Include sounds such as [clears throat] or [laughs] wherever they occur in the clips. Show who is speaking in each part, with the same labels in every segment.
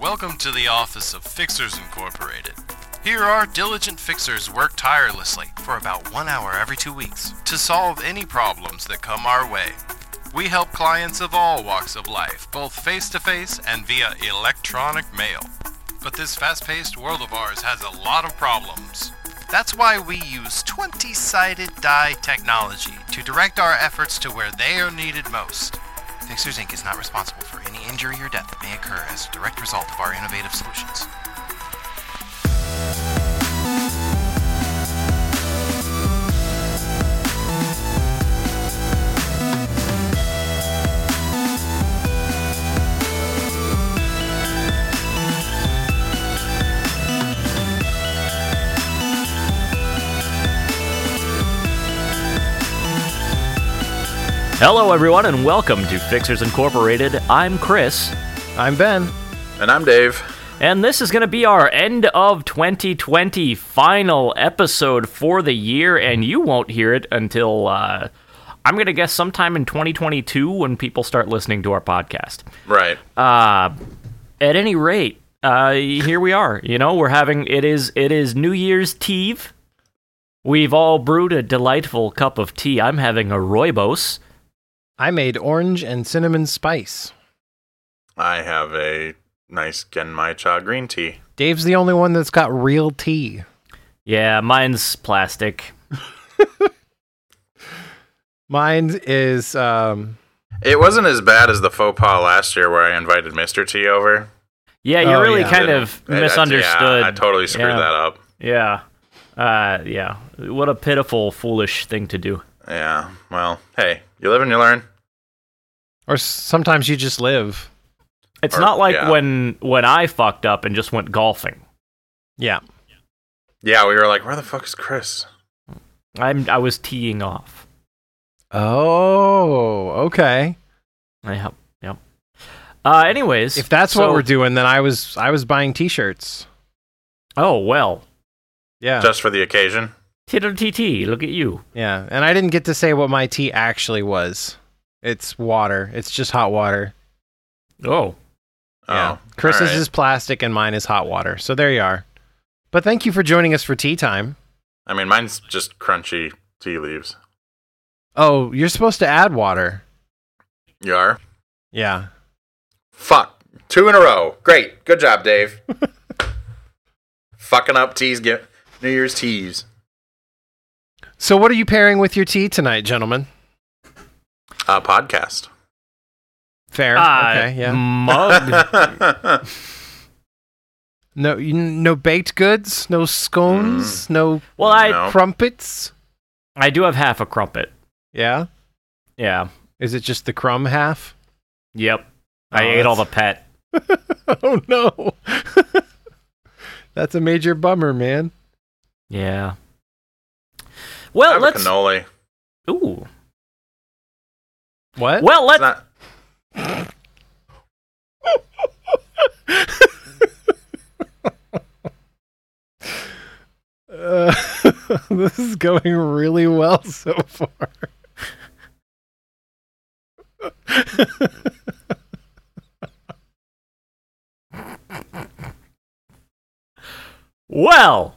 Speaker 1: Welcome to the office of Fixers Incorporated. Here, our diligent fixers work tirelessly for about one hour every two weeks to solve any problems that come our way. We help clients of all walks of life, both face to face and via electronic mail. But this fast paced world of ours has a lot of problems. That's why we use 20 sided die technology to direct our efforts to where they are needed most. Fixers Inc. is not responsible for any injury or death that may occur as a direct result of our innovative solutions.
Speaker 2: Hello, everyone, and welcome to Fixers Incorporated. I'm Chris,
Speaker 3: I'm Ben.
Speaker 4: And I'm Dave.
Speaker 2: and this is going to be our end of 2020 final episode for the year, and you won't hear it until, uh, I'm going to guess, sometime in 2022 when people start listening to our podcast. Uh,
Speaker 4: Right.
Speaker 2: At any rate, uh, here we are. You know, we're having it is it is New Year's Eve. We've all brewed a delightful cup of tea. I'm having a rooibos.
Speaker 3: I made orange and cinnamon spice.
Speaker 4: I have a nice Genmai Cha green tea.
Speaker 3: Dave's the only one that's got real tea.
Speaker 2: Yeah, mine's plastic.
Speaker 3: Mine is um
Speaker 4: It wasn't as bad as the faux pas last year where I invited Mr. T over.
Speaker 2: Yeah, you
Speaker 3: Oh,
Speaker 2: really
Speaker 3: yeah.
Speaker 2: kind
Speaker 4: It-
Speaker 2: of
Speaker 4: it- I-
Speaker 2: misunderstood.
Speaker 4: yeah, I totally screwed
Speaker 2: Yeah.
Speaker 4: that up.
Speaker 2: Yeah. Uh, yeah. What a pitiful, foolish thing to do.
Speaker 4: Yeah. Well, hey, you live and you learn.
Speaker 3: or sometimes you just live.
Speaker 2: It's
Speaker 4: Or-
Speaker 2: not like
Speaker 4: yeah.
Speaker 2: when when I fucked up and just went golfing.
Speaker 3: Yeah.
Speaker 4: Yeah, we were like, where the fuck is Chris?
Speaker 2: I'm I was teeing off.
Speaker 3: Oh, okay.
Speaker 2: I help. Yep. Uh, anyways,
Speaker 3: If that's
Speaker 2: so-
Speaker 3: what we're doing then I was I was buying t-shirts.
Speaker 2: oh well,
Speaker 3: Yeah.
Speaker 4: Just for the occasion.
Speaker 2: titter tt. Look at you.
Speaker 3: yeah. And I didn't get to say what my tea actually was. It's water. It's just hot water.
Speaker 2: Oh,
Speaker 4: Oh,
Speaker 3: yeah. Chris's
Speaker 4: alright.
Speaker 3: is plastic and mine is hot water. So there you are. But thank you for joining us for tea time.
Speaker 4: I mean, mine's just crunchy tea leaves.
Speaker 3: Oh, you're supposed to add water.
Speaker 4: You are?
Speaker 3: Yeah.
Speaker 4: Fuck. Two in a row. Great. Good job, Dave.
Speaker 2: [laughs]
Speaker 4: Fucking up teas. Get New Year's teas.
Speaker 3: So, what are you pairing with your tea tonight, gentlemen?
Speaker 4: Uh, podcast.
Speaker 3: Fair.
Speaker 4: Uh,
Speaker 2: Ah,
Speaker 3: okay. Yeah. [laughs]
Speaker 2: mug.
Speaker 4: [laughs]
Speaker 3: No, you, no baked goods. No scones. No
Speaker 2: well, I
Speaker 4: Mm. No.
Speaker 3: crumpets.
Speaker 2: I do have half a crumpet.
Speaker 3: Yeah.
Speaker 2: Yeah.
Speaker 3: Is it just the crumb half? [laughs]
Speaker 2: Yep. I
Speaker 3: Oh,
Speaker 2: ate all the
Speaker 3: that's-
Speaker 2: pet.
Speaker 3: oh no. [laughs] That's a major bummer, man.
Speaker 2: Yeah. Well,
Speaker 4: have
Speaker 2: let's.
Speaker 4: a cannoli.
Speaker 2: Ooh.
Speaker 3: What?
Speaker 2: Well,
Speaker 4: It's
Speaker 2: let's.
Speaker 4: not,
Speaker 3: [laughs] Uh, this is going really well so far.
Speaker 2: Well,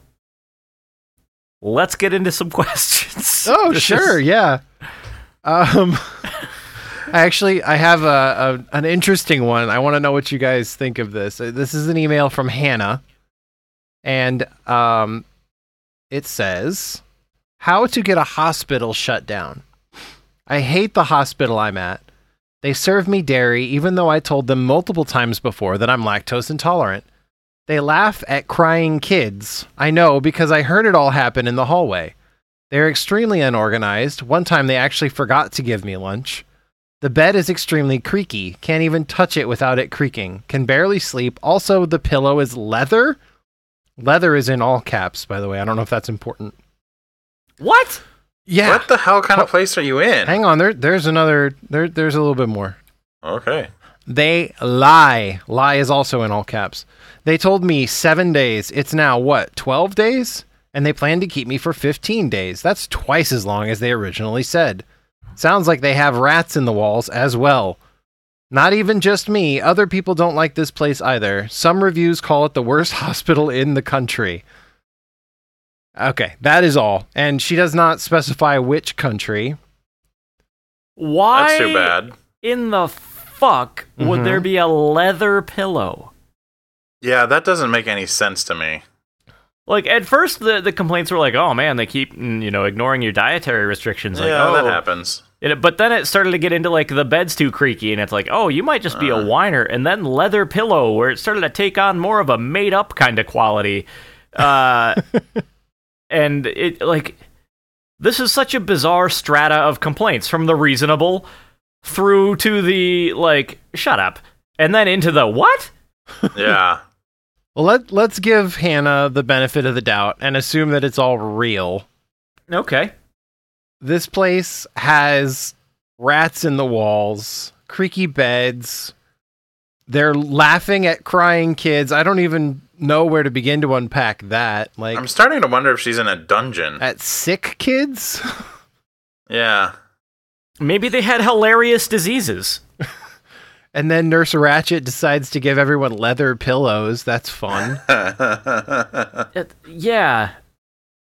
Speaker 2: let's get into some [laughs] questions.
Speaker 3: [laughs] Oh,
Speaker 2: This
Speaker 3: sure,
Speaker 2: is-
Speaker 3: yeah. Um, [laughs] I actually I have a, a an interesting one. I want to know what you guys think of this. Uh, This is an email from Hannah, and um, it says, "How to get a hospital shut down." I hate the hospital I'm at. They serve me dairy, even though I told them multiple times before that I'm lactose intolerant. They laugh at crying kids. I know because I heard it all happen in the hallway. They're extremely unorganized. One time they actually forgot to give me lunch. The bed is extremely creaky. Can't even touch it without it creaking. Can barely sleep. Also, the pillow is leather. Leather is in all caps, by the way. I don't know if that's important.
Speaker 2: What?
Speaker 3: Yeah.
Speaker 4: What the hell kind of place are you in?
Speaker 3: Hang on. There, there's another. There, there's a little bit more.
Speaker 4: okay.
Speaker 3: They lie. Lie is also in all caps. They told me seven days. It's now what, 12 days? And they plan to keep me for 15 days. That's twice as long as they originally said. Sounds like they have rats in the walls as well. Not even just me, other people don't like this place either. Some reviews call it the worst [laughs] hospital in the country. Okay, that is all. And she does not specify which country.
Speaker 2: Why
Speaker 4: That's too bad.
Speaker 2: in the fuck would
Speaker 3: Mhm.
Speaker 2: there be a leather pillow?
Speaker 4: Yeah, that doesn't make any sense to me.
Speaker 2: Like at first the, the complaints were like, "Oh man, they keep mm, you know ignoring your dietary restrictions." Like,
Speaker 4: yeah,
Speaker 2: oh.
Speaker 4: that happens.
Speaker 2: And- but then it started to get into like the bed's too creaky, and it's like, "Oh, you might just be a whiner." And then leather pillow, where it started to take on more of a made up kind of quality, [laughs] uh, and it like this is such a bizarre strata of complaints from the reasonable through to the like shut up, and then into the what?
Speaker 4: Yeah.
Speaker 3: Well, let, let's give Hannah the benefit of the doubt and assume that it's all real.
Speaker 2: Okay,
Speaker 3: This place has rats in the walls, creaky beds. They're laughing at crying kids. I don't even know where to begin to unpack that. [laughs] Like
Speaker 4: I'm starting to wonder if she's in a dungeon.
Speaker 3: at sick kids? [laughs]
Speaker 4: Yeah.
Speaker 2: maybe they had hilarious diseases.
Speaker 3: And then Nurse Ratchet decides to give everyone leather pillows. That's fun.
Speaker 2: It- yeah.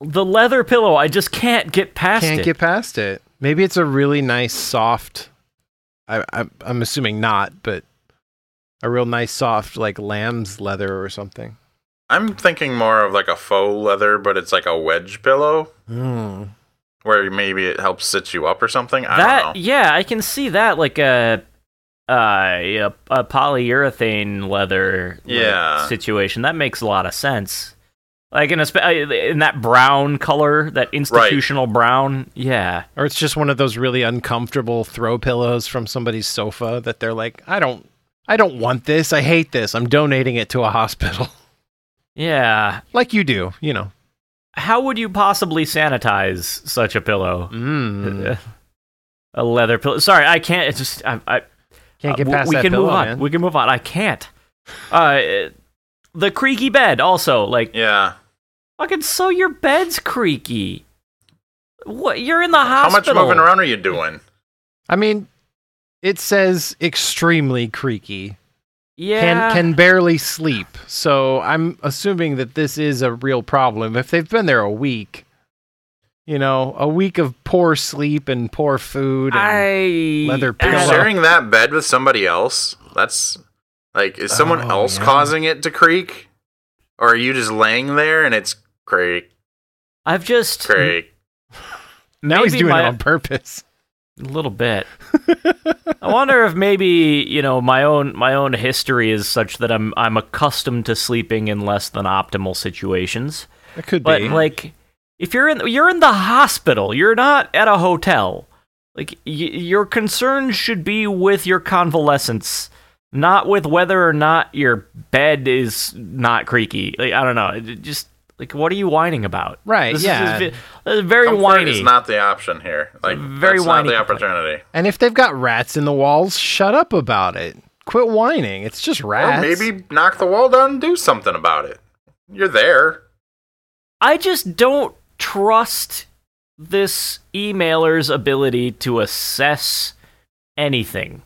Speaker 2: The leather pillow, I just can't get past
Speaker 3: Can't
Speaker 2: it.
Speaker 3: get past it. Maybe it's a really nice, soft. I, I, I'm assuming not, but a real nice, soft, like lamb's leather or something.
Speaker 4: [laughs] I'm thinking more of like a faux leather, but it's like a wedge pillow
Speaker 2: Hmm.
Speaker 3: Mm.
Speaker 4: where maybe it helps sit you up or something. I
Speaker 2: that
Speaker 4: don't know.
Speaker 2: yeah, I can see that like a uh, a, a polyurethane leather like,
Speaker 4: Yeah.
Speaker 2: situation. That makes a lot of sense. Like in a spe- uh, in that brown color, that institutional brown. Yeah.
Speaker 3: Or it's just one of those really uncomfortable throw pillows from somebody's sofa that they're like, I don't, I don't want this. I hate this. I'm donating it to a [laughs] hospital,
Speaker 2: Yeah.
Speaker 3: like you do, you know.
Speaker 2: How would you possibly sanitize such a pillow?
Speaker 3: Mm.
Speaker 2: [laughs] a leather pillow. Sorry, I can't. It's just I, I
Speaker 3: Can't get
Speaker 2: Uh, w-
Speaker 3: past
Speaker 2: we
Speaker 3: that
Speaker 2: can
Speaker 3: pillow,
Speaker 2: move on.
Speaker 3: man.
Speaker 2: We can move on. I can't. Uh, the creaky bed also like
Speaker 4: Yeah.
Speaker 2: fucking. So your bed's creaky. What? You're in the
Speaker 4: How
Speaker 2: hospital.
Speaker 4: much moving around are you doing?
Speaker 3: I mean, it says extremely creaky.
Speaker 2: Yeah.
Speaker 3: Can can barely sleep. So I'm assuming that this is a real problem. If they've been there a week, you know, a week of poor sleep and poor food. And,
Speaker 2: I
Speaker 3: leather
Speaker 2: I
Speaker 3: pillow.
Speaker 2: don't know.
Speaker 4: Sharing that bed with somebody else? That's like, is someone
Speaker 3: Oh,
Speaker 4: else
Speaker 3: yeah.
Speaker 4: causing it to creak? Or are you just laying there and it's creak,
Speaker 2: I've just
Speaker 4: creak?
Speaker 3: now he's
Speaker 2: maybe
Speaker 3: doing
Speaker 2: my-
Speaker 3: it on [laughs] purpose.
Speaker 2: a little
Speaker 3: [laughs]
Speaker 2: bit. I wonder if maybe you know my own my own history is such that I'm I'm accustomed to sleeping in less than optimal situations.
Speaker 3: It could
Speaker 2: But
Speaker 3: be.
Speaker 2: like, if you're in you're in the hospital, you're not at a hotel. Like y- your concern should be with your convalescence, not with whether or not your bed is not creaky. Like I don't know, It- it just like what are you whining about?
Speaker 3: Right,
Speaker 2: This is-
Speaker 3: yeah.
Speaker 2: Is, ve- uh, very
Speaker 4: Comfort
Speaker 2: whiny.
Speaker 4: is not the option here. Like,
Speaker 2: very
Speaker 4: that's not
Speaker 2: whiny
Speaker 4: the
Speaker 2: complaint.
Speaker 4: opportunity.
Speaker 3: and if they've got rats in the walls, shut up about it. Quit whining. It's just
Speaker 4: Or
Speaker 3: rats.
Speaker 4: Oh, maybe knock the wall down and do something about it. You're there.
Speaker 2: I just don't trust this emailer's ability to assess anything.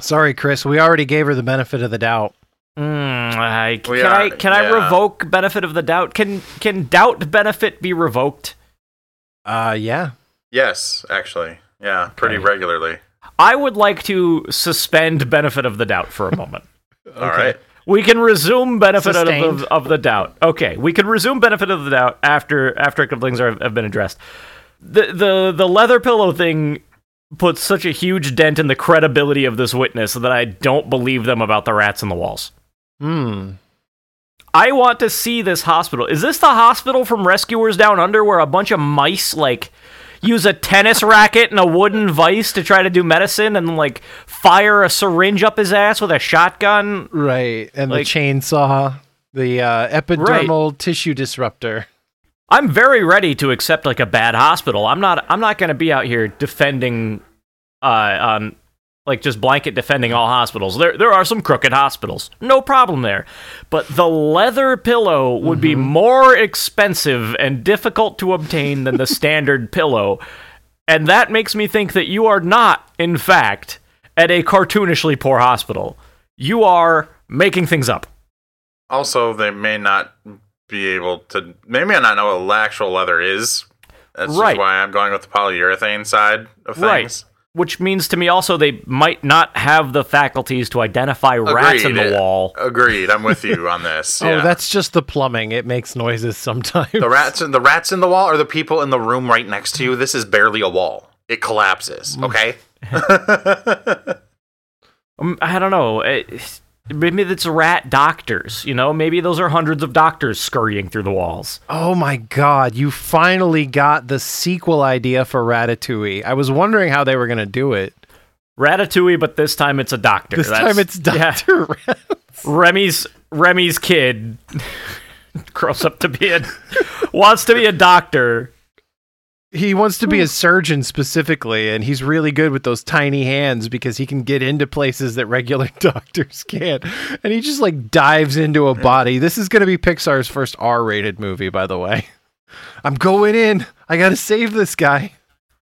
Speaker 3: Sorry, Chris. We already gave her the benefit of the doubt.
Speaker 2: Mm, I, can
Speaker 4: We
Speaker 2: I
Speaker 4: are-
Speaker 2: can I
Speaker 4: yeah.
Speaker 2: revoke benefit of the doubt? Can can doubt benefit be revoked?
Speaker 3: Uh, yeah.
Speaker 4: Yes, actually. Yeah, pretty
Speaker 2: Okay.
Speaker 4: regularly.
Speaker 2: I would like to suspend benefit of the doubt for a moment.
Speaker 4: All right.
Speaker 2: we can resume benefit of, of,
Speaker 3: Sustained.
Speaker 2: of the doubt. Okay, we can resume benefit of the doubt after after things are, have been addressed. The the the leather pillow thing puts such a huge dent in the credibility of this witness that I don't believe them about the rats in the walls.
Speaker 3: Hmm.
Speaker 2: I want to see this hospital. Is this the hospital from Rescuers Down Under where a bunch of mice like use a tennis racket and a wooden vice to try to do medicine and like fire a syringe up his ass with a shotgun?
Speaker 3: Right. And
Speaker 2: Like-
Speaker 3: the chainsaw, the uh, epidermal tissue disruptor.
Speaker 2: I'm very ready to accept like a bad hospital. I'm not I'm not going to be out here defending uh on like just blanket defending all hospitals. There there are some crooked hospitals. No problem there. But the leather pillow would be more expensive and difficult to obtain than the [laughs] standard pillow. And that makes me think that you are not in fact at a cartoonishly poor hospital. You are making things up.
Speaker 4: Also, they may not be able to. They may not know what actual leather is. That's
Speaker 2: Right.
Speaker 4: just why I'm going with the polyurethane side of things.
Speaker 2: Which means to me also they might not have the faculties to identify rats in the
Speaker 4: Agreed.
Speaker 2: wall.
Speaker 4: Agreed. I'm with you on
Speaker 3: [laughs]
Speaker 4: this.
Speaker 3: Oh,
Speaker 4: yeah.
Speaker 3: that's just the plumbing. It makes noises sometimes.
Speaker 4: the rats. The rats in the wall are the people in the room right next to you. This is barely a wall. It collapses.
Speaker 3: Mm.
Speaker 4: Okay.
Speaker 2: Um, I don't know. It, maybe that's rat doctors, you know? Maybe those are hundreds of doctors scurrying through the walls.
Speaker 3: Oh my god, you finally got the sequel idea for Ratatouille. I was wondering how they were going to do it.
Speaker 2: Ratatouille, but this time it's a doctor.
Speaker 3: This
Speaker 2: That's-
Speaker 3: time it's
Speaker 2: [laughs] yeah.
Speaker 3: Dr. Rat.
Speaker 2: Remy's Remy's kid [laughs] grows up to be a [laughs] wants to be a doctor.
Speaker 3: [laughs] He wants to be a surgeon specifically, and he's really good with those tiny hands because he can get into places that regular [laughs] doctors can't. And he just like dives into a body. This is going to be Pixar's first R rated movie, by the way. [laughs] I'm going in. I got to save this guy.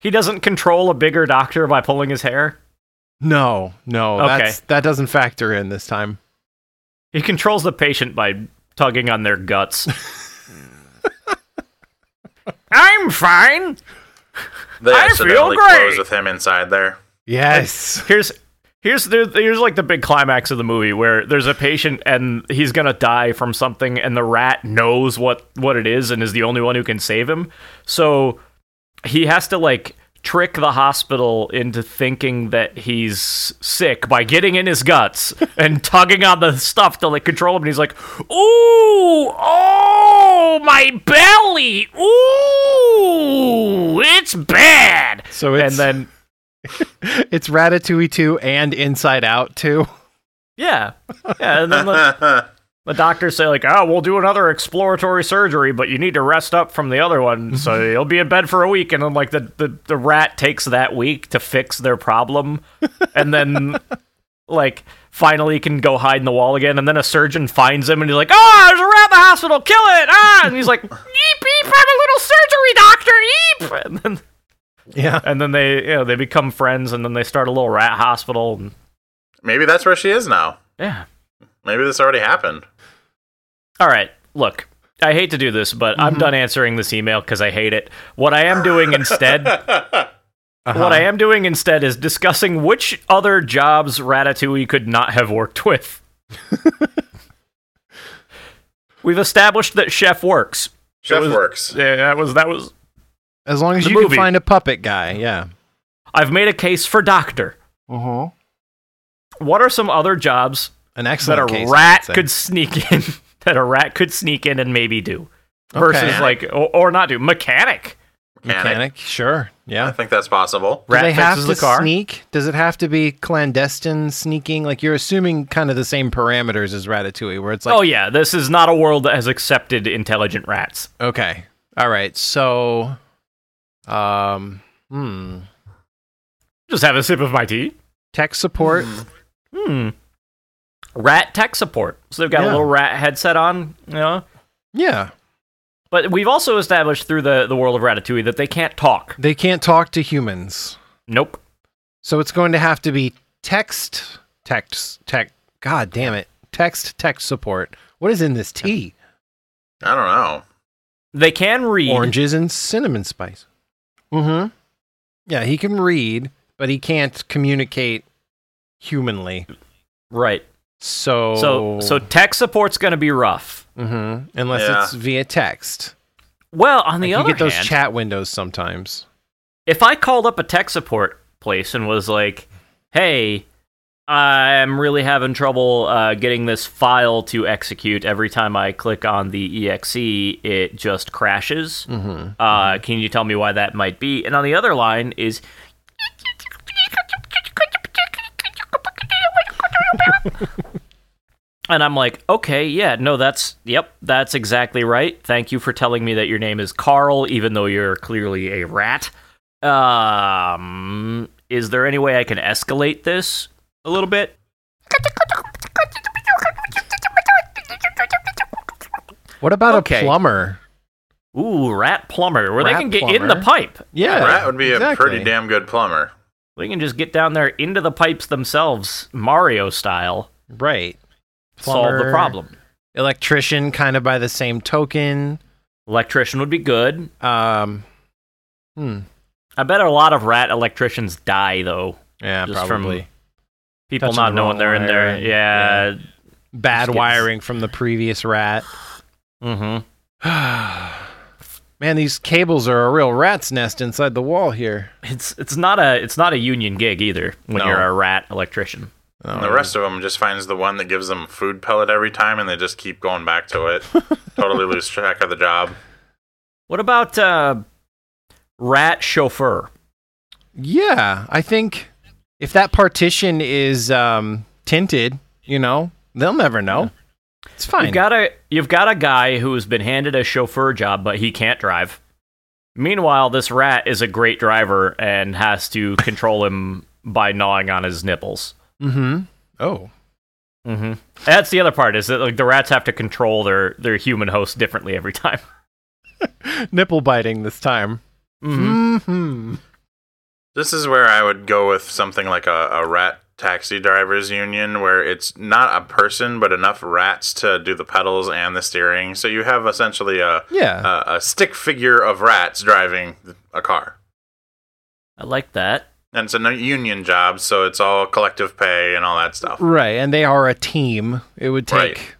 Speaker 2: He doesn't control a bigger doctor by pulling his hair.
Speaker 3: No, no,
Speaker 2: Okay.
Speaker 3: that's, that doesn't factor in this time.
Speaker 2: He controls the patient by tugging on their guts. I'm fine.
Speaker 4: They
Speaker 2: I feel
Speaker 4: accidentally
Speaker 2: great.
Speaker 4: close with him inside there.
Speaker 3: Yes.
Speaker 2: Here's here's the, here's like the big climax of the movie where there's a patient and he's gonna die from something and the rat knows what what it is and is the only one who can save him. So he has to like trick the hospital into thinking that he's sick by getting in his guts [laughs] and tugging on the stuff to like control him and he's like ooh oh my belly ooh it's bad
Speaker 3: So it's-
Speaker 2: and then
Speaker 3: It's Ratatouille 2 and Inside Out 2.
Speaker 2: Yeah. Yeah. And then the, the doctors say, like, oh, we'll do another exploratory surgery, but you need to rest up from the other one. So you'll be in bed for a week. And then, like, the, the, the rat takes that week to fix their problem. And then, like, finally can go hide in the wall again. And then a surgeon finds him and he's like, oh, there's a rat in the hospital. Kill it. Ah. And he's like, eep, eep, I'm a little surgery doctor. Eep. And then,
Speaker 3: Yeah.
Speaker 2: and then they, you know, they become friends and then they start a little rat hospital. And,
Speaker 4: Maybe that's where she is now.
Speaker 2: yeah.
Speaker 4: Maybe this already happened.
Speaker 2: All right, look. I hate to do this, but
Speaker 3: Mm-hmm.
Speaker 2: I'm done answering this email because I hate it. What I am doing instead, [laughs] what I am doing instead, is discussing which other jobs Ratatouille could not have worked [laughs] with. We've established that chef works.
Speaker 4: Chef
Speaker 2: was-
Speaker 4: works.
Speaker 2: Yeah, that was that was.
Speaker 3: As long as
Speaker 2: The
Speaker 3: you
Speaker 2: movie.
Speaker 3: can find a puppet guy, yeah.
Speaker 2: I've made a case for doctor. Mm-hmm.
Speaker 3: Uh-huh.
Speaker 2: What are some other jobs
Speaker 3: An
Speaker 2: that a
Speaker 3: excellent case, I
Speaker 2: rat
Speaker 3: would say.
Speaker 2: could sneak in? [laughs] that a rat could sneak in and maybe do versus
Speaker 3: Okay.
Speaker 2: like or, or not do mechanic.
Speaker 4: Mechanic.
Speaker 3: mechanic, sure,
Speaker 4: I
Speaker 3: yeah.
Speaker 4: think that's possible.
Speaker 2: Rat
Speaker 3: Do they have
Speaker 2: fixes
Speaker 3: to
Speaker 2: the car.
Speaker 3: sneak? Does it have to be clandestine sneaking? Like you're assuming kind of the same parameters as Ratatouille, where it's like,
Speaker 2: oh yeah, this is not a world that has accepted intelligent rats.
Speaker 3: okay, all right, so, um, hmm,
Speaker 2: Just have a sip of my tea.
Speaker 3: tech support.
Speaker 2: Hmm. Rat tech support. So they've got a
Speaker 3: Yeah.
Speaker 2: little rat headset on, you know.
Speaker 3: Yeah,
Speaker 2: But we've also established through the, the world of Ratatouille that they can't talk.
Speaker 3: they can't talk to humans,
Speaker 2: Nope.
Speaker 3: so it's going to have to be text, text, tech. God damn it, text, tech support. What is in this tea?
Speaker 4: I don't know.
Speaker 2: They can read.
Speaker 3: oranges and cinnamon spice. Mm-hmm. Yeah, he can read, but he can't communicate humanly.
Speaker 2: Right.
Speaker 3: So
Speaker 2: So
Speaker 3: Oh.
Speaker 2: so tech support's gonna be rough.
Speaker 3: hmm unless
Speaker 4: Yeah.
Speaker 3: it's via text,
Speaker 2: Well, on the
Speaker 3: Like,
Speaker 2: other
Speaker 3: you get those
Speaker 2: hand,
Speaker 3: chat windows sometimes.
Speaker 2: if I called up a tech support place and was like, "Hey, I'm really having trouble uh, getting this file to execute. Every time I click on the exe, it just crashes.
Speaker 3: Mm-hmm.
Speaker 2: Uh, can you tell me why that might be?" And on the other line is. [laughs] And I'm like, okay, yeah, no, that's, yep, that's exactly right. Thank you for telling me that your name is Carl, even though you're clearly a rat. Um, is there any way I can escalate this a little bit?
Speaker 3: What about
Speaker 2: Okay.
Speaker 3: a plumber?
Speaker 2: Ooh, rat plumber, where
Speaker 3: Rat
Speaker 2: they can get in
Speaker 3: plumber?
Speaker 2: the pipe.
Speaker 3: Yeah,
Speaker 4: Rat would be a
Speaker 3: exactly.
Speaker 4: pretty damn good plumber.
Speaker 2: They can just get down there into the pipes themselves, Mario style,
Speaker 3: Right.
Speaker 2: solve the
Speaker 3: Plumber.
Speaker 2: problem.
Speaker 3: Electrician, kind of by the same token.
Speaker 2: Electrician would be good.
Speaker 3: Um, hmm.
Speaker 2: I bet a lot of rat electricians die though.
Speaker 3: Yeah,
Speaker 2: Just from
Speaker 3: probably.
Speaker 2: People
Speaker 3: Touching
Speaker 2: not
Speaker 3: the
Speaker 2: knowing
Speaker 3: wrong
Speaker 2: they're in
Speaker 3: wire
Speaker 2: there.
Speaker 3: and-
Speaker 2: Yeah.
Speaker 3: Bad
Speaker 2: Just gets-
Speaker 3: wiring from the previous rat.
Speaker 2: Mm-hmm.
Speaker 3: [sighs] Man, these cables are a real rat's nest inside the wall here.
Speaker 2: It's it's not a it's not a union gig either when
Speaker 4: No.
Speaker 2: you're a rat electrician.
Speaker 3: Oh,
Speaker 4: And the rest of them just finds the one that gives them a food pellet every time, and they just keep going back
Speaker 3: [laughs]
Speaker 4: to it. totally lose track of the job.
Speaker 2: What about uh, rat chauffeur?
Speaker 3: Yeah, I think if that partition is um, tinted, you know, they'll never know. It's fine.
Speaker 2: You've got a you've got a guy who's been handed a chauffeur job, but he can't drive. Meanwhile, this rat is a great driver and has to control him by gnawing on his nipples.
Speaker 3: mm-hmm. Oh,
Speaker 2: Mm-hmm. That's the other part is that like the rats have to control their their human host differently every time.
Speaker 3: [laughs] nipple biting this time.
Speaker 2: Mhm.
Speaker 3: Mm-hmm.
Speaker 4: This is where I would go with something like a, a rat taxi drivers union, where it's not a person, but enough rats to do the pedals and the steering. So you have essentially a,
Speaker 3: Yeah.
Speaker 4: a, a stick figure of rats driving a car.
Speaker 2: I like that.
Speaker 4: And it's a union job, so it's all collective pay and all that stuff.
Speaker 3: right, and they are a team. It would
Speaker 4: Right.
Speaker 3: take.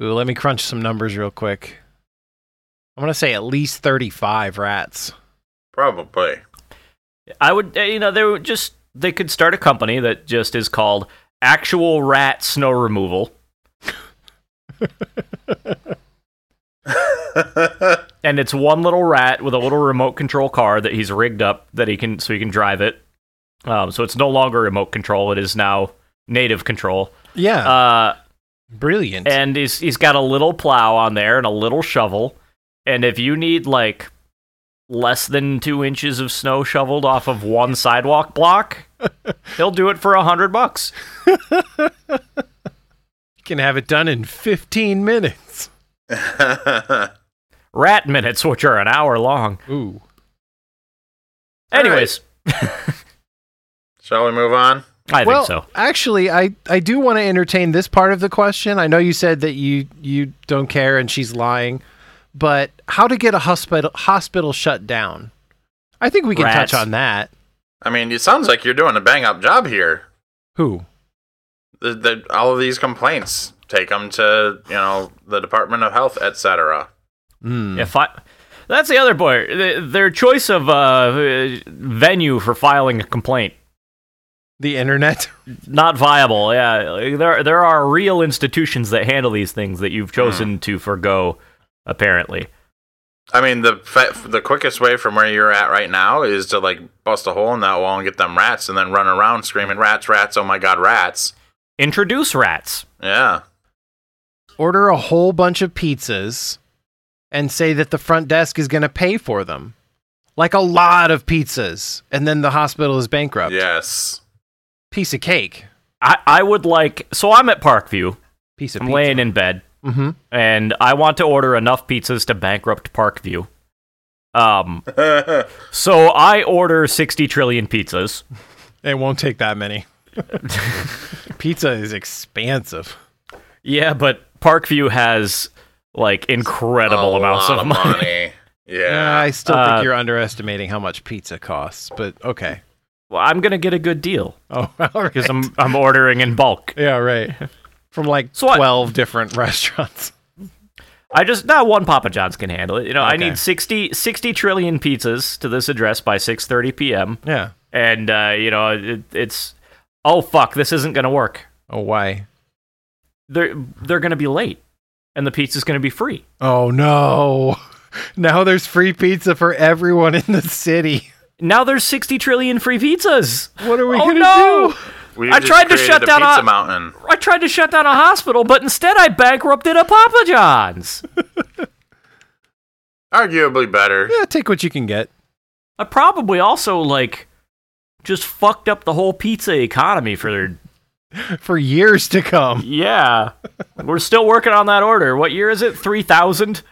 Speaker 3: Ooh, let me crunch some numbers real quick. I'm gonna say at least 35 rats. [laughs]
Speaker 4: Probably. [laughs]
Speaker 2: I would, uh, you know, they would just they could start a company that just is called Actual Rat Snow Removal, and it's one little rat with a little remote control car that he's rigged up that he can so he can drive it. Um, so it's no longer remote control; it is now native control.
Speaker 3: Yeah,
Speaker 2: Uh,
Speaker 3: brilliant.
Speaker 2: and he's he's got a little plow on there and a little shovel, and if you need like less than two inches of snow shoveled off of one sidewalk block, he'll do it for a hundred bucks.
Speaker 3: can have it done in 15 minutes.
Speaker 2: rat minutes, which are an hour long.
Speaker 3: Ooh.
Speaker 4: right.
Speaker 2: Anyways,
Speaker 4: Shall we move on?
Speaker 2: I
Speaker 3: well,
Speaker 2: think so.
Speaker 3: actually, I, I do want to entertain this part of the question. I know you said that you you don't care and she's lying, but how to get a hospital hospital shut down? I think we can
Speaker 2: Rats.
Speaker 3: touch on that.
Speaker 4: I mean, it sounds like you're doing a bang up job here.
Speaker 3: Who?
Speaker 4: The, the, all of these complaints take them to you know the Department of Health, etc.
Speaker 3: Mm.
Speaker 2: If I, that's the other part. Th- Their choice of uh, venue for filing a complaint
Speaker 3: The internet. [laughs]
Speaker 2: not viable. Yeah, Like, there there are real institutions that handle these things that you've chosen to forgo. Apparently,
Speaker 4: I mean, the fa- the quickest way from where you're at right now is to like bust a hole in that wall and get them rats, and then run around screaming rats, rats, oh my god, rats.
Speaker 2: introduce rats.
Speaker 4: Yeah,
Speaker 3: Order a whole bunch of pizzas and say that the front desk is going to pay for them. Like a lot of pizzas. And then the hospital is bankrupt.
Speaker 4: yes.
Speaker 3: Piece of cake.
Speaker 2: I, I would like. So I'm at Parkview.
Speaker 3: Piece of
Speaker 2: I'm
Speaker 3: pizza.
Speaker 2: laying in bed.
Speaker 3: Mm-hmm.
Speaker 2: and I want to order enough pizzas to bankrupt Parkview. Um, so I order 60 trillion pizzas.
Speaker 3: It won't take that many. [laughs] Pizza is expansive.
Speaker 2: Yeah, but Parkview has like incredible
Speaker 4: A
Speaker 2: amounts
Speaker 4: lot
Speaker 2: of money.
Speaker 3: Yeah,
Speaker 4: [laughs] Yeah.
Speaker 3: I still
Speaker 2: Uh,
Speaker 3: think you're underestimating how much pizza costs, but okay.
Speaker 2: Well, I'm gonna get a good deal
Speaker 3: [laughs] Oh, all right.
Speaker 2: because I'm I'm ordering in bulk.
Speaker 3: yeah, right. From like
Speaker 2: So what-
Speaker 3: 12 different [laughs] restaurants.
Speaker 2: I just now one Papa John's can handle it. You know, I
Speaker 3: Okay.
Speaker 2: need 60 60 trillion pizzas to this address by 6:30 p.m.
Speaker 3: Yeah.
Speaker 2: And uh, you know, it, it's oh fuck, this isn't gonna work.
Speaker 3: Oh, why?
Speaker 2: They're they're gonna be late, and the pizza's gonna be free.
Speaker 3: Oh, no. [laughs] Now there's free pizza for everyone in the city.
Speaker 2: Now there's 60 trillion free pizzas.
Speaker 3: What are we
Speaker 2: oh
Speaker 3: going to
Speaker 2: no!
Speaker 4: We
Speaker 2: I
Speaker 4: just
Speaker 2: tried to
Speaker 4: created
Speaker 2: shut
Speaker 4: a
Speaker 2: down
Speaker 4: Pizza
Speaker 2: a-
Speaker 4: Mountain.
Speaker 2: I tried to shut down a hospital, but instead I bankrupted a Papa John's.
Speaker 4: Arguably better.
Speaker 3: do? Yeah, take what you can get.
Speaker 2: I probably also like just fucked up the whole pizza economy for their
Speaker 3: For years to come.
Speaker 2: yeah. We're still working on that order. What year is it? 3000?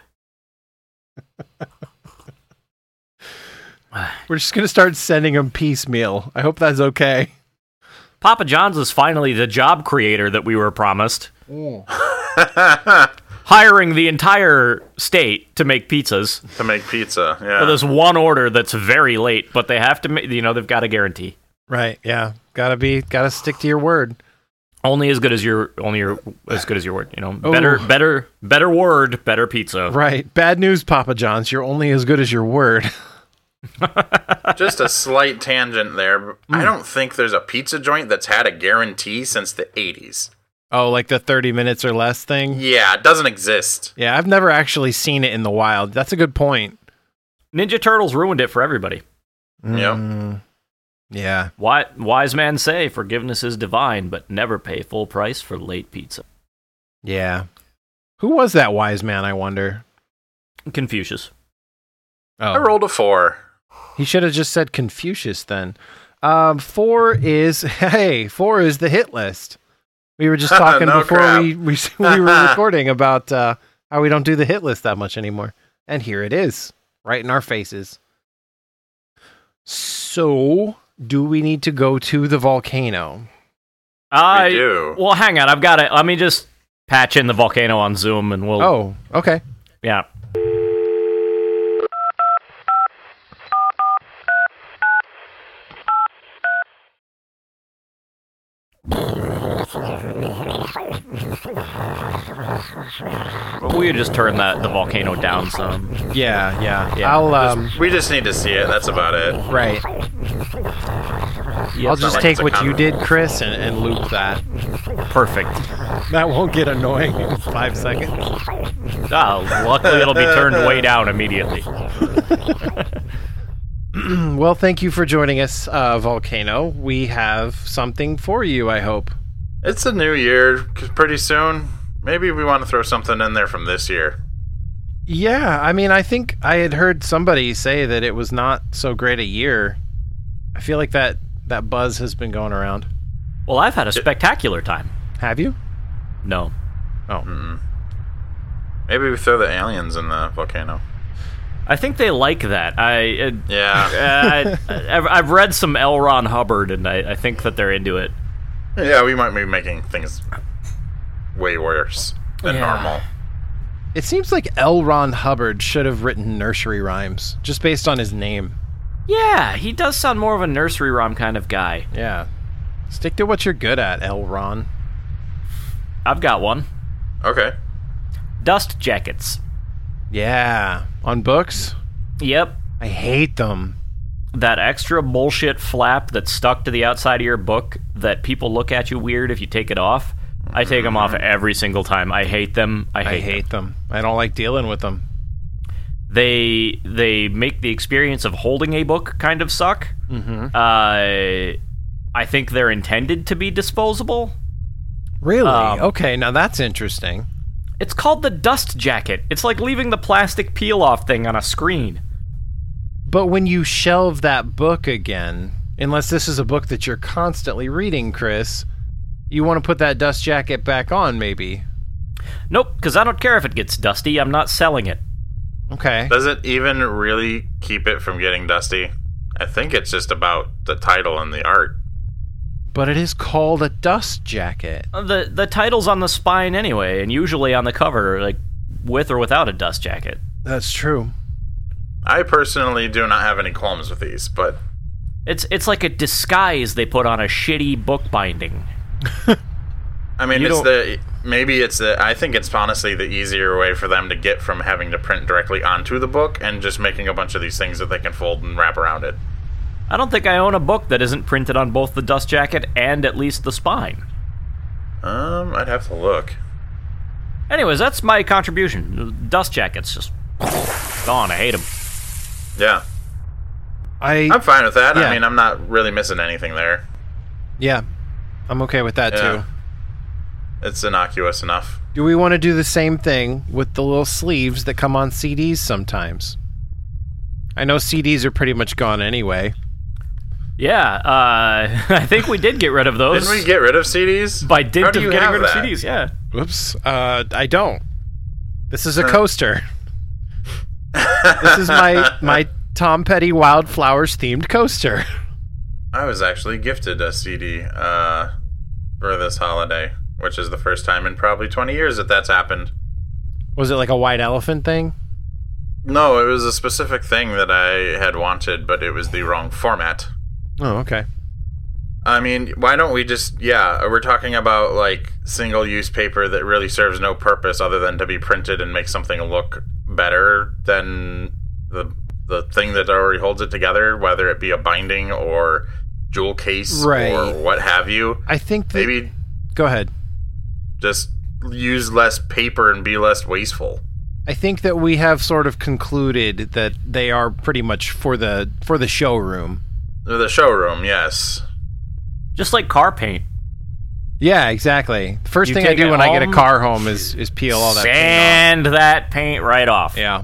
Speaker 3: We're just gonna start sending them piecemeal. I hope that's okay.
Speaker 2: Papa John's is finally the job creator that we were promised, hiring the entire state to make pizzas
Speaker 4: to make pizza. Yeah.
Speaker 2: for this one order that's very late, but they have to, ma- you know, they've got a guarantee.
Speaker 3: Right? Yeah. Gotta be. Gotta stick to your word.
Speaker 2: Only as good as your only your as good as your word, you know. Better
Speaker 3: Ooh.
Speaker 2: better better word, better pizza.
Speaker 3: Right. Bad news, Papa John's. You're only as good as your word. [laughs]
Speaker 4: Just a slight tangent there. but I don't think there's a pizza joint that's had a guarantee since the 80s.
Speaker 3: Oh, like the 30 minutes or less thing?
Speaker 4: Yeah, it doesn't exist.
Speaker 3: Yeah, I've never actually seen it in the wild. That's a good point.
Speaker 2: Ninja Turtles ruined it for everybody.
Speaker 3: Mm. Yep. Yeah.
Speaker 2: Why, wise men say forgiveness is divine, but never pay full price for late pizza.
Speaker 3: Yeah. Who was that wise man, I wonder?
Speaker 2: Confucius.
Speaker 3: Oh.
Speaker 4: I rolled a four.
Speaker 3: He should have just said Confucius then. Um, four is [laughs] hey, four is the hit list. We were [laughs] just talking
Speaker 4: No
Speaker 3: before
Speaker 4: crap.
Speaker 3: we, we [laughs] we were recording about uh, how we don't do the hit list that much anymore, and here it is, right in our faces. So, do we need to go to the volcano?
Speaker 2: I
Speaker 4: we do.
Speaker 2: Well, hang on. I've got it. Let me just patch in the volcano on Zoom, and we'll.
Speaker 3: Oh, okay.
Speaker 2: yeah. Well, we just turn that the volcano down some.
Speaker 3: Yeah, yeah,
Speaker 2: Yeah.
Speaker 3: I'll um,
Speaker 4: we just need to see it. That's about it.
Speaker 3: right. I'll just
Speaker 4: like
Speaker 3: take
Speaker 4: it's a
Speaker 3: what you
Speaker 4: comment.
Speaker 3: did, Chris, and, and loop that.
Speaker 2: Perfect.
Speaker 3: That won't get annoying in five seconds.
Speaker 2: Oh, luckily it'll be turned [laughs] way down immediately.
Speaker 3: Well, thank you for joining us, uh, Volcano. We have something for you, I hope.
Speaker 4: It's a new year. 'cause Pretty soon, maybe we want to throw something in there from this year.
Speaker 3: Yeah, I mean, I think I had heard somebody say that it was not so great a year. I feel like that that buzz has been going around.
Speaker 2: Well, I've had a spectacular time.
Speaker 3: Have you?
Speaker 2: No.
Speaker 3: Oh,
Speaker 4: Maybe we throw the aliens in the volcano.
Speaker 2: I think they like that. I uh,
Speaker 4: [laughs] Yeah.
Speaker 2: [laughs] uh, I, I've- I've read some L. Ron Hubbard, and I, I think that they're into it.
Speaker 4: yeah, we might be making things way worse than
Speaker 2: Yeah.
Speaker 4: normal.
Speaker 3: it seems like L. Ron Hubbard should have written nursery rhymes just based on his name.
Speaker 2: Yeah, he does sound more of a nursery rhyme kind of guy.
Speaker 3: Yeah, stick to what you're good at, L. Ron.
Speaker 2: I've got one.
Speaker 4: Okay.
Speaker 2: Dust jackets.
Speaker 3: Yeah, on books,
Speaker 2: Yep.
Speaker 3: I hate them.
Speaker 2: That extra bullshit flap that's stuck to the outside of your book that people look at you weird if you take it off. I take them off every single time. I hate them. Mm-hmm. I hate,
Speaker 3: I hate them. I don't like dealing with them.
Speaker 2: they they make the experience of holding a book kind of suck. Mm-hmm. Uh, I think they're intended to be disposable.
Speaker 3: Really?
Speaker 2: Um,
Speaker 3: okay, now that's interesting.
Speaker 2: It's called the dust jacket. It's like leaving the plastic peel off thing on a screen.
Speaker 3: But when you shelve that book again, unless this is a book that you're constantly reading, Chris, you want to put that dust jacket back on, maybe.
Speaker 2: Nope, because I don't care if it gets dusty. I'm not selling it.
Speaker 3: Okay.
Speaker 4: Does it even really keep it from getting dusty? I think it's just about the title and the art.
Speaker 3: But it is called a dust jacket.
Speaker 2: Uh, The the title's on the spine anyway, and usually on the cover, like with or without a dust jacket.
Speaker 3: That's true.
Speaker 4: I personally do not have any qualms with these, but
Speaker 2: It's it's like a disguise they put on a shitty book binding.
Speaker 4: I mean,
Speaker 2: You
Speaker 4: it's
Speaker 2: don't-
Speaker 4: the maybe it's the I think it's honestly the easier way for them to get from having to print directly onto the book and just making a bunch of these things that they can fold and wrap around it.
Speaker 2: I don't think I own a book that isn't printed on both the dust jacket and at least the spine.
Speaker 4: Um, I'd have to look.
Speaker 2: Anyways, that's my contribution. Dust jackets just gone. I hate them.
Speaker 4: Yeah,
Speaker 3: I
Speaker 4: I'm fine with that.
Speaker 3: Yeah.
Speaker 4: I mean, I'm not really missing anything there.
Speaker 3: yeah. I'm okay with that
Speaker 4: Yeah.
Speaker 3: too.
Speaker 4: It's innocuous enough.
Speaker 3: Do we want to do the same thing with the little sleeves that come on CDs sometimes? I know CDs are pretty much gone anyway.
Speaker 2: Yeah, uh, [laughs] I think we did get rid of those.
Speaker 4: Didn't we get rid of CDs?
Speaker 2: by dint
Speaker 4: How
Speaker 2: of
Speaker 4: do you
Speaker 2: getting
Speaker 4: have
Speaker 2: rid
Speaker 4: that?
Speaker 2: of CDs. Yeah.
Speaker 3: Whoops. Uh, I
Speaker 2: [laughs]
Speaker 3: don't. This is a coaster. this is my my Tom Petty Wildflowers themed coaster.
Speaker 4: I was actually gifted a CD uh, for this holiday, which is the first time in probably 20 years that that's happened.
Speaker 3: Was it like a white elephant thing?
Speaker 4: No, it was a specific thing that I had wanted, but it was the wrong format.
Speaker 3: Oh, okay.
Speaker 4: I mean, why don't we just, yeah, we're talking about like single use paper that really serves no purpose other than to be printed and make something look better than the the thing that already holds it together, whether it be a binding or jewel case
Speaker 3: Right.
Speaker 4: or what have you.
Speaker 3: I think that,
Speaker 4: Maybe
Speaker 3: Go ahead.
Speaker 4: just use less paper and be less wasteful.
Speaker 3: I think that we have sort of concluded that they are pretty much for the for the showroom.
Speaker 4: The showroom, yes.
Speaker 2: Just like car paint.
Speaker 3: Yeah, exactly. First
Speaker 2: You
Speaker 3: thing I
Speaker 2: take
Speaker 3: do
Speaker 2: it
Speaker 3: when I get a
Speaker 2: home,
Speaker 3: car home is is peel all that. paint
Speaker 2: Sand that paint right off.
Speaker 3: off. Yeah.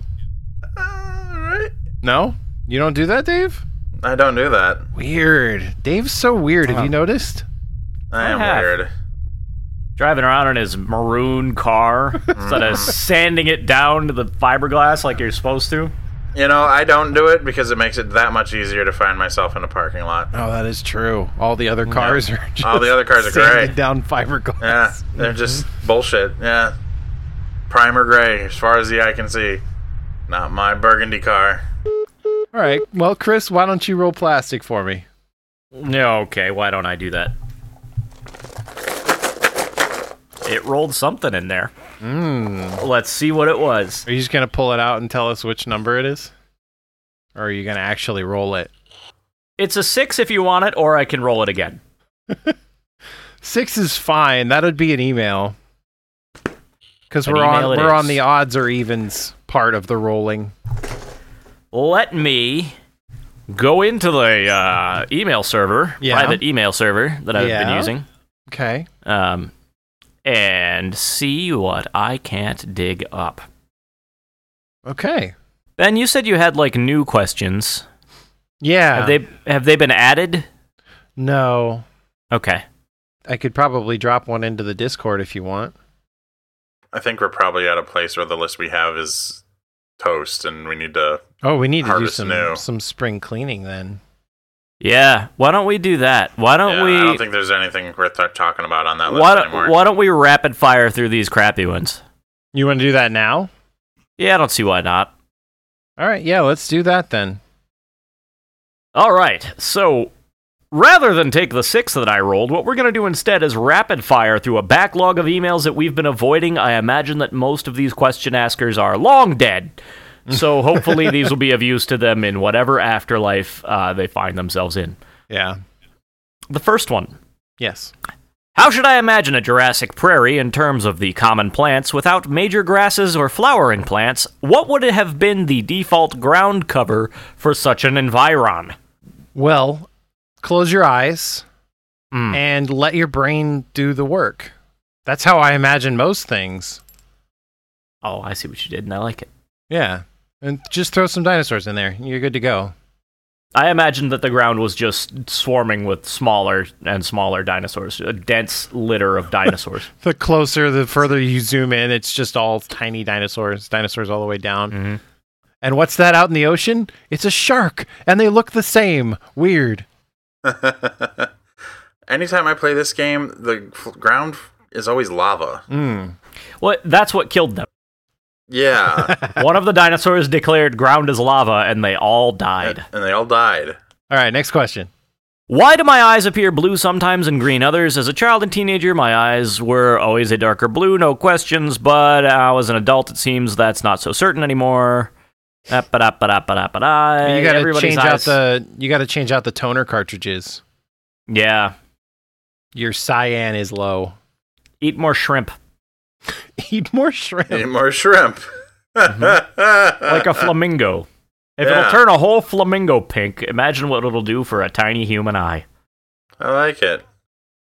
Speaker 4: All Uh, right.
Speaker 3: No, you don't do that, Dave.
Speaker 4: I don't do that.
Speaker 3: Weird. Dave's so weird. Have you
Speaker 2: Uh-huh.
Speaker 3: noticed?
Speaker 4: I am
Speaker 2: have.
Speaker 4: weird.
Speaker 2: Driving around in his maroon car
Speaker 4: [laughs]
Speaker 2: instead of sanding it down to the fiberglass like you're supposed to.
Speaker 4: You know, I don't do it because it makes it that much easier to find myself in a parking lot.
Speaker 3: Oh, that is true. All the other cars are just
Speaker 4: All the
Speaker 2: [laughs]
Speaker 4: other cars are
Speaker 3: sanded
Speaker 4: gray.
Speaker 3: down fiberglass.
Speaker 4: Yeah, they're just
Speaker 2: Mm-hmm.
Speaker 4: bullshit. Yeah. Primer gray, as far as the eye can see. Not my burgundy car.
Speaker 3: All right. Well, Chris, why don't you roll plastic for me?
Speaker 2: No, okay, why don't I do that? It rolled something in there.
Speaker 4: Hmm.
Speaker 2: Let's see what it was.
Speaker 3: Are you just gonna pull it out and tell us which number it is, or are you gonna actually roll it?
Speaker 2: It's a six if you want it, or I can roll it again.
Speaker 3: Six is fine. That would be an email. Because
Speaker 2: An
Speaker 3: we're on
Speaker 2: email it
Speaker 3: we're on
Speaker 2: is.
Speaker 3: the odds or evens part of the rolling.
Speaker 2: Let me go into the uh, email server,
Speaker 3: Yeah.
Speaker 2: private email server that I've been
Speaker 3: Yeah.
Speaker 2: using,
Speaker 3: Okay.
Speaker 2: um, and see what I can't dig up.
Speaker 3: Okay.
Speaker 2: Ben, you said you had like new questions.
Speaker 3: Yeah.
Speaker 2: Have they have they been added?
Speaker 3: no.
Speaker 2: Okay.
Speaker 3: I could probably drop one into the Discord if you want.
Speaker 4: I think we're probably at a place where the list we have is toast and we need to
Speaker 3: Oh, we need to
Speaker 4: Harvest
Speaker 3: do some
Speaker 4: new.
Speaker 3: some spring cleaning then.
Speaker 2: Yeah. Why don't we do that? Why don't
Speaker 4: yeah,
Speaker 2: we?
Speaker 4: I don't think there's anything worth ta- talking about on that list
Speaker 2: why
Speaker 4: anymore.
Speaker 2: don't Why don't we rapid fire through these crappy ones?
Speaker 3: You want to do that now?
Speaker 2: Yeah, I don't see why not.
Speaker 3: All right. Yeah. Let's do that then.
Speaker 2: All right. So rather than take the six that I rolled, what we're going to do instead is rapid fire through a backlog of emails that we've been avoiding. I imagine that most of these question askers are long dead. So hopefully these will be of use to them in whatever afterlife uh, they find themselves in.
Speaker 3: Yeah.
Speaker 2: The first one.
Speaker 3: Yes.
Speaker 2: How should I imagine a Jurassic prairie in terms of the common plants without major grasses or flowering plants? What would have been the default ground cover for such an environ?
Speaker 3: Well, close your eyes
Speaker 2: Mm.
Speaker 3: and let your brain do the work. That's how I imagine most things.
Speaker 2: Oh, I see what you did, and I like it.
Speaker 3: Yeah. And just throw some dinosaurs in there. You're good to go.
Speaker 2: I imagined that the ground was just swarming with smaller and smaller dinosaurs, a dense litter of dinosaurs.
Speaker 3: [laughs] The closer, the further you zoom in, it's just all tiny dinosaurs, dinosaurs all the way down.
Speaker 2: Mhm.
Speaker 3: And what's that out in the ocean? It's a shark, and they look the same. Weird.
Speaker 4: [laughs] Anytime I play this game, the f- ground is always lava.
Speaker 3: Mm.
Speaker 2: well, that's what
Speaker 3: [laughs]
Speaker 2: killed them.
Speaker 4: Yeah.
Speaker 2: One of the dinosaurs declared ground is lava, and they all [laughs] died.
Speaker 4: and they all died.
Speaker 3: All right, next question.
Speaker 2: Why do my eyes appear blue sometimes and green others? As a child and teenager, my eyes were always a darker blue, no questions, but uh, as an adult, it seems that's not so certain anymore. You
Speaker 3: you got to
Speaker 2: gotta
Speaker 3: change out the. You got to change out the toner cartridges.
Speaker 2: Yeah.
Speaker 3: Your cyan is low.
Speaker 2: Eat more shrimp.
Speaker 3: [laughs] Eat more shrimp.
Speaker 4: Need more shrimp.
Speaker 2: Mm-hmm. like
Speaker 4: [laughs]
Speaker 2: a flamingo. If
Speaker 4: Yeah.
Speaker 2: it'll turn a whole flamingo pink, imagine what it'll do for a tiny human eye.
Speaker 4: I like it.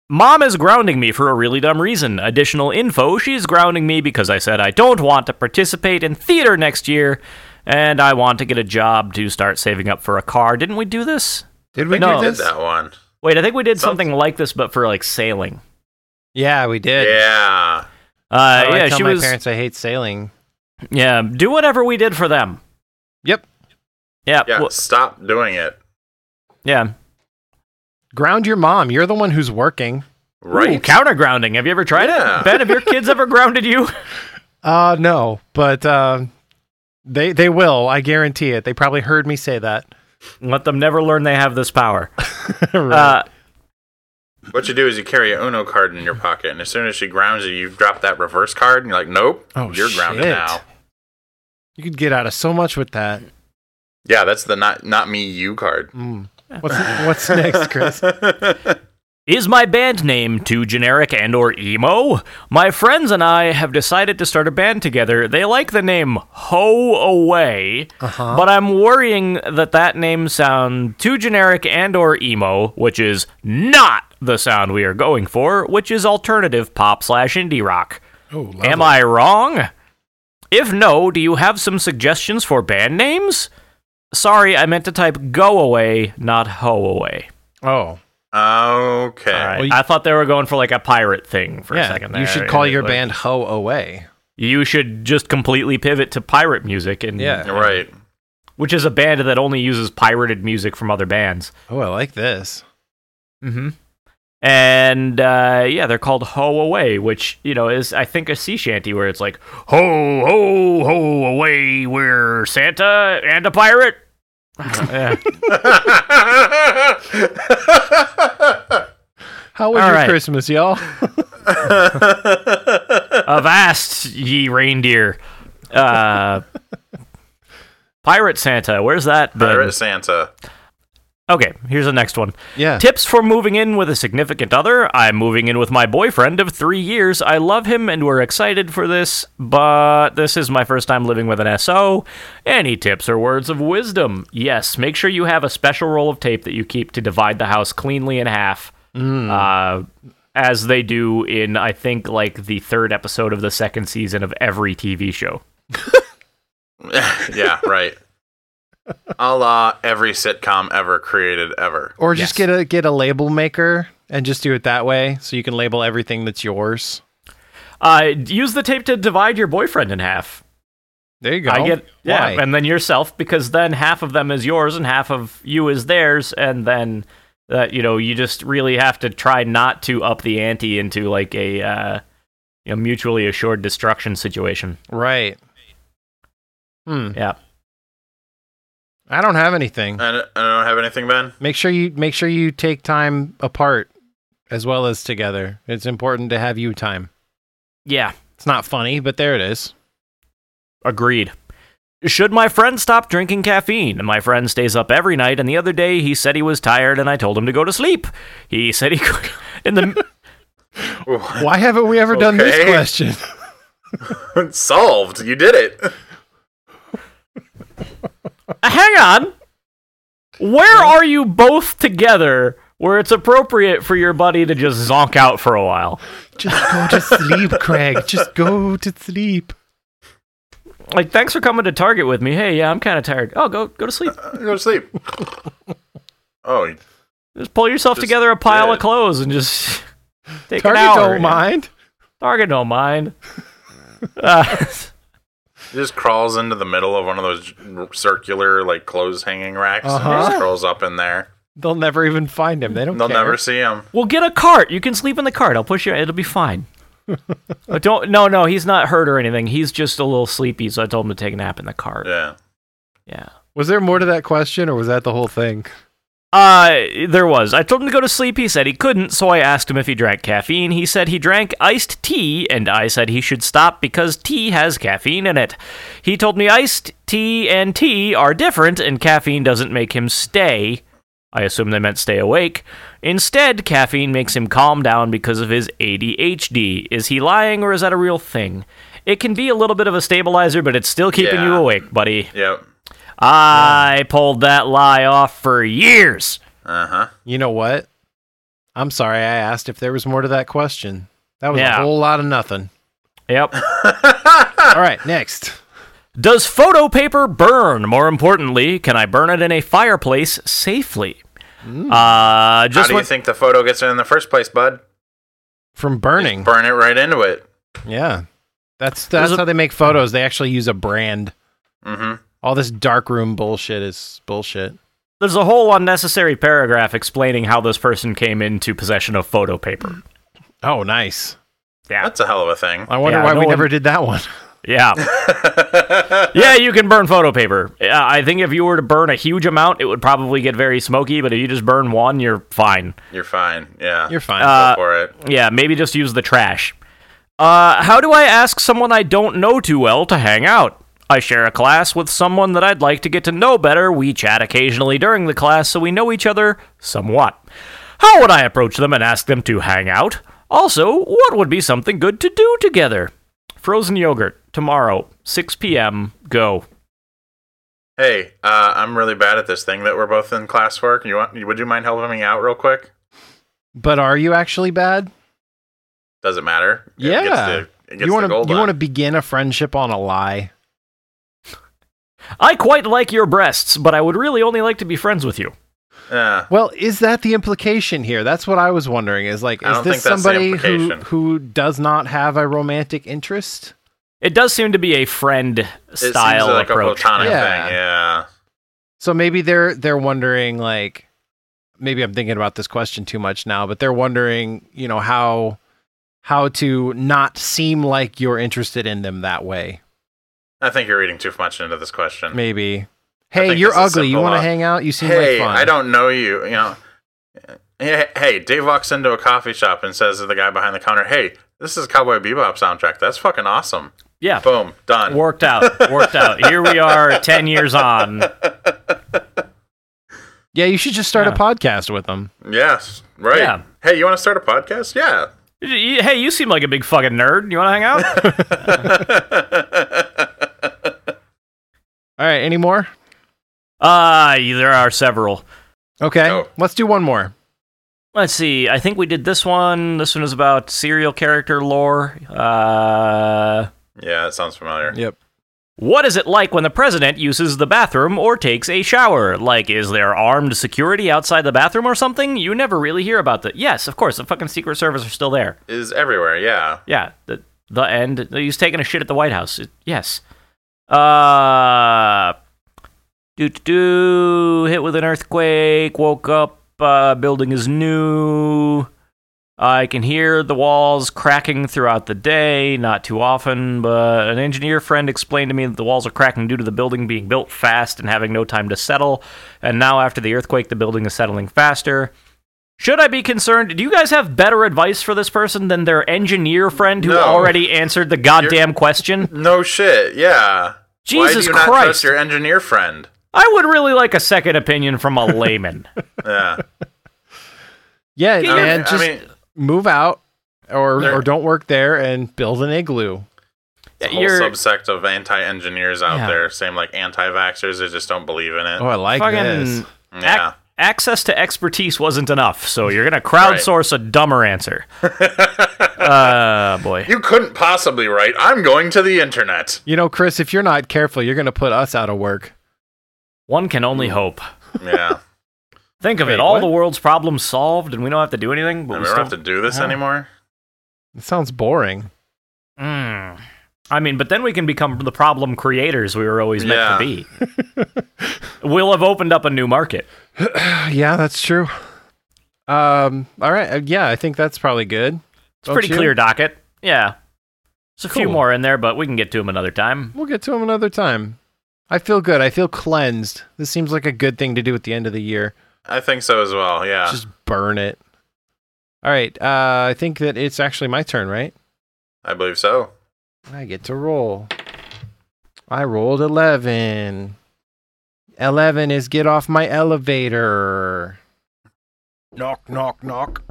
Speaker 2: Mom is grounding me for a really dumb reason. Additional info, she's grounding me because I said I don't want to participate in theater next year and I want to get a job to start saving up for a car. Didn't we do this?
Speaker 3: Did we
Speaker 2: No.
Speaker 3: do
Speaker 4: Did
Speaker 3: this?
Speaker 4: that one.
Speaker 2: Wait, I think we did
Speaker 4: Sounds-
Speaker 2: something like this but for like sailing.
Speaker 3: Yeah, we did.
Speaker 4: Yeah.
Speaker 2: Uh,
Speaker 3: Oh, I
Speaker 2: yeah,
Speaker 3: tell
Speaker 2: she
Speaker 3: my
Speaker 2: was
Speaker 3: parents I hate sailing.
Speaker 2: Yeah, do whatever we did for them.
Speaker 3: Yep.
Speaker 2: Yeah.
Speaker 4: Yeah,
Speaker 2: well,
Speaker 4: stop doing it.
Speaker 2: yeah.
Speaker 3: Ground your mom. You're the one who's working.
Speaker 4: Right.
Speaker 2: Ooh, counter grounding. Have you ever tried
Speaker 4: Yeah.
Speaker 2: it? Ben, have your kids ever grounded you?
Speaker 3: Uh no, but uh, they they will. I guarantee it. They probably heard me say that. [laughs]
Speaker 2: Let them never learn they have this power.
Speaker 3: Right.
Speaker 2: Uh,
Speaker 4: What you do is you carry a Uno card in your pocket, and as soon as she grounds you, you drop that reverse card, and you're like, nope,
Speaker 3: Oh,
Speaker 4: you're grounded
Speaker 3: shit.
Speaker 4: now.
Speaker 3: you could get out of so much with that.
Speaker 4: Yeah, that's the not not me you card.
Speaker 3: Mm. What's what's [laughs] next, Chris?
Speaker 2: Is my band name too generic and or emo? My friends and I have decided to start a band together. They like the name Ho Away,
Speaker 3: Uh-huh.
Speaker 2: but I'm worrying that that name sound too generic and or emo, which is not the sound we are going for, which is alternative pop slash indie rock.
Speaker 3: Oh,
Speaker 2: Am I wrong? If no, do you have some suggestions for band names? Sorry, I meant to type go away, not ho away.
Speaker 3: Oh,
Speaker 4: okay.
Speaker 2: All right.
Speaker 3: Uh, Well, you-
Speaker 2: I thought they were going for like a pirate thing for a
Speaker 3: yeah.
Speaker 2: second.
Speaker 3: you
Speaker 2: there.
Speaker 3: should call your
Speaker 2: Like,
Speaker 3: band Ho Away.
Speaker 2: You should just completely pivot to pirate music, and
Speaker 3: Yeah.
Speaker 4: Right.
Speaker 2: which is a band that only uses pirated music from other bands.
Speaker 3: Oh, I like this.
Speaker 2: Mm-hmm. And uh, yeah, they're called Ho Away, which you know is I think a sea shanty where it's like Ho Ho Ho Away, we're Santa and a pirate. I don't know, yeah.
Speaker 3: How was
Speaker 2: All
Speaker 3: your
Speaker 2: right.
Speaker 3: Christmas, [laughs] y'all?
Speaker 2: Avast, ye reindeer! Uh, pirate Santa, where's that? been?
Speaker 4: Pirate Santa. [laughs]
Speaker 2: Okay, here's the next one.
Speaker 3: yeah.
Speaker 2: Tips for moving in with a significant other. I'm moving in with my boyfriend of three years. I love him and we're excited for this, but this is my first time living with an SO. Any tips or words of wisdom? Yes, make sure you have a special roll of tape that you keep to divide the house cleanly in half. Uh, as they do in, I think, like the third episode of the second season of every TV show.
Speaker 4: yeah, right. A la every sitcom ever created ever.
Speaker 3: Or just
Speaker 2: Yes.
Speaker 3: get a get a label maker and just do it that way, so you can label everything that's yours.
Speaker 2: Uh, use the tape to divide your boyfriend in half.
Speaker 3: There you go.
Speaker 2: I get yeah,
Speaker 3: Why?
Speaker 2: and then yourself because then half of them is yours and half of you is theirs, and then uh, you know you just really have to try not to up the ante into like a uh, you know, mutually assured destruction situation.
Speaker 3: right. Hmm.
Speaker 2: Yeah,
Speaker 3: I don't have
Speaker 2: Uh,
Speaker 3: anything.
Speaker 4: I don't, I don't have anything, Ben.
Speaker 3: Make sure you make sure you take time apart as well as together. It's important to have you time.
Speaker 2: yeah,
Speaker 3: It's not funny, but there it is.
Speaker 2: agreed. Should my friend stop drinking caffeine? My friend stays up every night, and the other day he said he was tired, and I told him to go to sleep. He said he [laughs] could. In the
Speaker 3: Why haven't we ever done this
Speaker 2: [laughs]
Speaker 4: Okay.
Speaker 3: question?
Speaker 4: [laughs] Solved. You did it.
Speaker 2: Uh, hang on. Where are you both together where it's appropriate for your buddy to just zonk out for a while?
Speaker 3: Just go to sleep, Craig. Just go to sleep.
Speaker 2: Like, thanks for coming to Target with me. Hey, yeah, I'm kind of tired. Oh, go go to sleep.
Speaker 3: Uh,
Speaker 4: Go to sleep. [laughs] Oh,
Speaker 2: Just pull yourself
Speaker 4: Just
Speaker 2: together a pile
Speaker 4: did.
Speaker 2: of clothes and just [laughs] take an
Speaker 3: Target
Speaker 2: hour.
Speaker 3: don't mind.
Speaker 2: Target
Speaker 3: [laughs]
Speaker 2: don't mind. Uh, [laughs]
Speaker 4: He just crawls into the middle of one of those circular like clothes hanging racks and
Speaker 3: Uh-huh.
Speaker 4: just crawls up in there.
Speaker 3: They'll never even find him. They don't.
Speaker 4: They'll
Speaker 3: care.
Speaker 4: never see him.
Speaker 2: we'll get a cart. You can sleep in the cart. I'll push you. It'll be
Speaker 3: [laughs]
Speaker 2: fine. But don't. No, no, he's not hurt or anything. He's just a little sleepy, so I told him to take a nap in the cart.
Speaker 4: Yeah.
Speaker 2: yeah.
Speaker 3: Was there more to that question, or was that the whole thing?
Speaker 2: Uh, there was. I told him to go to sleep. He said he couldn't, so I asked him if he drank caffeine. He said he drank iced tea, and I said he should stop because tea has caffeine in it. He told me iced tea and tea are different, and caffeine doesn't make him stay. I assume they meant stay awake. Instead, caffeine makes him calm down because of his ADHD. Is he lying, or is that a real thing? It can be a little bit of a stabilizer, but it's still keeping
Speaker 4: Yeah.
Speaker 2: you awake, buddy.
Speaker 4: Yep.
Speaker 2: I pulled that lie off for years.
Speaker 3: [laughs]
Speaker 4: Uh huh.
Speaker 3: You know what? I'm sorry. I asked if there was more to that question. That was
Speaker 2: Yeah.
Speaker 3: a whole lot of nothing. [laughs]
Speaker 2: Yep. [laughs]
Speaker 3: All right, next.
Speaker 2: Does photo paper burn? More importantly, can I burn it in a fireplace safely? Uh,
Speaker 4: Hmm. How
Speaker 2: just
Speaker 4: do you
Speaker 2: what-
Speaker 4: think the photo gets in in the first place, bud?
Speaker 3: From burning.
Speaker 4: Burn it right into it.
Speaker 3: yeah, that's that's
Speaker 2: There's a-
Speaker 3: how they make photos. They actually use a brand.
Speaker 4: Mm
Speaker 3: All this darkroom bullshit is bullshit.
Speaker 2: There's a whole unnecessary paragraph explaining how this person came into possession of photo paper.
Speaker 3: Oh, nice.
Speaker 2: Yeah.
Speaker 4: That's a hell of a thing.
Speaker 3: I wonder
Speaker 2: Yeah,
Speaker 3: why
Speaker 2: no
Speaker 3: we
Speaker 2: one-
Speaker 3: never did that one. [laughs]
Speaker 2: Yeah.
Speaker 4: [laughs]
Speaker 2: yeah, you can burn photo paper. Yeah, I think if you were to burn a huge amount, it would probably get very smoky, but if you just burn one, you're fine.
Speaker 4: You're fine. Yeah.
Speaker 3: You're fine.
Speaker 4: Go
Speaker 2: Uh,
Speaker 4: for it.
Speaker 2: Yeah, maybe just use the trash. Uh, how do I ask someone I don't know too well to hang out? I share a class with someone that I'd like to get to know better. We chat occasionally during the class so we know each other somewhat. How would I approach them and ask them to hang out? Also, what would be something good to do together? Frozen yogurt, tomorrow, 6 p.m., go.
Speaker 4: Hey, uh, I'm really bad at this thing that we're both in class for. You want? Would you mind helping me out real quick?
Speaker 3: But are you actually bad?
Speaker 4: Doesn't matter. It
Speaker 3: Yeah.
Speaker 4: Gets the, it gets
Speaker 3: you want
Speaker 4: the
Speaker 3: to
Speaker 4: gold
Speaker 3: you
Speaker 4: on.
Speaker 3: want to begin a friendship on a lie?
Speaker 2: I quite like your breasts, but I would really only like to be friends with you.
Speaker 4: Yeah.
Speaker 3: Well, is that the implication here? That's what I was wondering. Is like,
Speaker 4: I
Speaker 3: is
Speaker 4: don't
Speaker 3: this
Speaker 4: think that's the
Speaker 3: somebody who
Speaker 4: implication.
Speaker 3: who does not have a romantic interest?
Speaker 2: It does seem to be a friend
Speaker 4: It
Speaker 2: style
Speaker 4: seems like
Speaker 2: approach.
Speaker 4: a platonic
Speaker 3: Yeah.
Speaker 4: thing. Yeah.
Speaker 3: So maybe they're they're wondering like maybe I'm thinking about this question too much now, but they're wondering, you know, how how to not seem like you're interested in them that way.
Speaker 4: I think you're reading too much into this question.
Speaker 3: Maybe.
Speaker 4: I
Speaker 3: Hey,
Speaker 4: think
Speaker 3: you're
Speaker 4: this is
Speaker 3: ugly. You
Speaker 4: simple,
Speaker 3: want to
Speaker 4: uh,
Speaker 3: hang out? You seem
Speaker 4: hey,
Speaker 3: like fun.
Speaker 4: I don't know you. You know. Hey, hey, Dave walks into a coffee shop and says to the guy behind the counter, "Hey, this is Cowboy Bebop soundtrack. That's fucking awesome."
Speaker 3: Uh,
Speaker 2: Yeah.
Speaker 4: Boom, done.
Speaker 2: Worked out. Worked out. Here we are 10 years on.
Speaker 3: Yeah, you should just start
Speaker 2: Yeah.
Speaker 3: a podcast with them.
Speaker 4: Yes, right.
Speaker 2: Yeah.
Speaker 4: Hey, you want to start a podcast? Yeah.
Speaker 3: [laughs]
Speaker 2: Y- y- Hey, you seem like a big fucking nerd. You want to hang out?
Speaker 3: All right, any more?
Speaker 2: Uh, there are several.
Speaker 3: Okay.
Speaker 4: No.
Speaker 3: Let's do one more.
Speaker 2: Let's see. I think we did this one. This one is about serial character lore. Uh,
Speaker 4: yeah, that sounds familiar.
Speaker 3: Yep.
Speaker 2: what is it like when the president uses the bathroom or takes a shower? Like, is there armed security outside the bathroom or something? You never really hear about that. Yes, of course. The fucking Secret Service are still there.
Speaker 4: Is everywhere. Yeah.
Speaker 2: Yeah, the the end. He's taking a shit at the White House. It- yes. Uh, do do hit with an earthquake. Woke up. Uh, building is new. I can hear the walls cracking throughout the day, not too often, but an engineer friend explained to me that the walls are cracking due to the building being built fast and having no time to settle. And now, after the earthquake, the building is settling faster. Should I be concerned? Do you guys have better advice for this person than their engineer friend who
Speaker 4: No.
Speaker 2: already answered the goddamn question?
Speaker 4: No shit. Yeah. Why do
Speaker 2: Jesus
Speaker 4: you not
Speaker 2: Christ.
Speaker 4: trust your engineer friend?
Speaker 2: I would really like a second opinion from a layman.
Speaker 4: Yeah.
Speaker 3: Yeah,
Speaker 2: Yeah,
Speaker 4: I
Speaker 3: and
Speaker 4: mean-
Speaker 3: just
Speaker 4: I mean,
Speaker 3: move out or
Speaker 4: There-
Speaker 3: or don't work there and build an igloo.
Speaker 4: a whole
Speaker 2: You're
Speaker 4: subsect of anti-engineers out
Speaker 2: Yeah.
Speaker 4: there, same like anti-vaxxers that just don't believe in it.
Speaker 3: Oh, [laughs] I like
Speaker 2: fucking.
Speaker 3: this.
Speaker 2: ac-
Speaker 4: yeah.
Speaker 2: access to expertise wasn't enough, so you're going to crowdsource a dumber
Speaker 4: [laughs]
Speaker 2: answer. uh, boy.
Speaker 4: You couldn't possibly write. I'm going to the internet.
Speaker 3: You know, Chris, if you're not careful, you're going to put us out of work.
Speaker 2: One can only hope.
Speaker 4: Yeah.
Speaker 2: [laughs] Think of
Speaker 3: Wait,
Speaker 2: it. All
Speaker 3: what?
Speaker 2: the world's problems solved, and we don't have to do anything, but we
Speaker 4: And we don't
Speaker 2: still.
Speaker 4: have to do this
Speaker 2: Yeah.
Speaker 4: anymore.
Speaker 3: It sounds boring. [sighs]
Speaker 2: Mm. I mean, but then we can become the problem creators we were always meant to be. [laughs] we'll have opened up a new market.
Speaker 3: yeah, that's true. Um, all right. uh, Yeah, I think that's probably good.
Speaker 2: It's pretty clear docket. Yeah. There's a few
Speaker 3: Cool.
Speaker 2: more in there, but we can get to them another time.
Speaker 3: We'll get to him another time. I feel good. I feel cleansed. This seems like a good thing to do at the end of the year.
Speaker 4: I think so as well. Yeah.
Speaker 3: Just burn it. All right. Uh, I think that it's actually my turn, right?
Speaker 4: I believe so.
Speaker 3: I get to roll. I rolled 11. 11 is get off my elevator. Knock, knock, knock.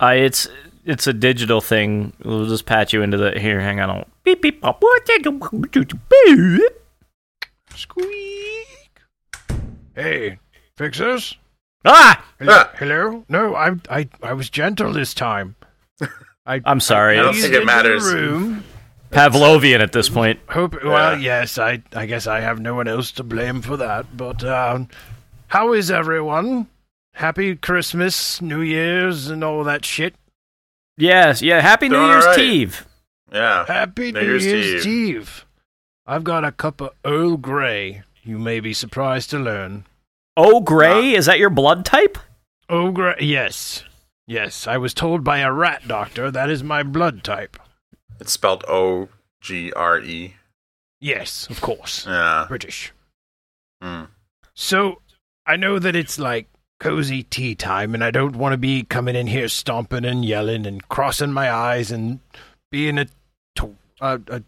Speaker 2: Uh, it's it's a digital thing. We'll just patch you into the here. Hang on. Beep beep. pop, what the- beep.
Speaker 3: Squeak. Hey, fixers?
Speaker 2: Ah,
Speaker 3: Hello?
Speaker 4: Ah.
Speaker 3: Hello? No, I, I, I was gentle this time.
Speaker 4: [laughs]
Speaker 3: I,
Speaker 2: I'm sorry.
Speaker 4: I don't
Speaker 2: It's
Speaker 4: think it matters.
Speaker 3: Room.
Speaker 2: Pavlovian at this point.
Speaker 5: Hope. Well,
Speaker 4: Yeah.
Speaker 5: yes, I, I guess I have no one else to blame for that. But um, how is everyone? Happy Christmas, New Year's, and all that shit.
Speaker 2: Yes. Yeah. Happy New
Speaker 4: Doing
Speaker 2: Year's
Speaker 4: alright.
Speaker 2: Eve.
Speaker 4: Yeah.
Speaker 5: Happy
Speaker 4: New
Speaker 5: New,
Speaker 4: Year's
Speaker 5: Year's,
Speaker 4: Eve.
Speaker 5: Eve. I've got a cup of Earl Grey, you may be surprised to learn.
Speaker 2: Oh, Gray, is that your blood type?
Speaker 5: Earl Grey, yes. Yes, I was told by a rat doctor that is my blood type.
Speaker 4: It's spelled O G R E.
Speaker 5: Yes, of
Speaker 4: [laughs]
Speaker 5: course.
Speaker 4: Yeah.
Speaker 5: British.
Speaker 4: Mm.
Speaker 5: So, I know that it's like cozy tea time, and I don't want to be coming in here stomping and yelling and crossing my eyes and being a, to- a, a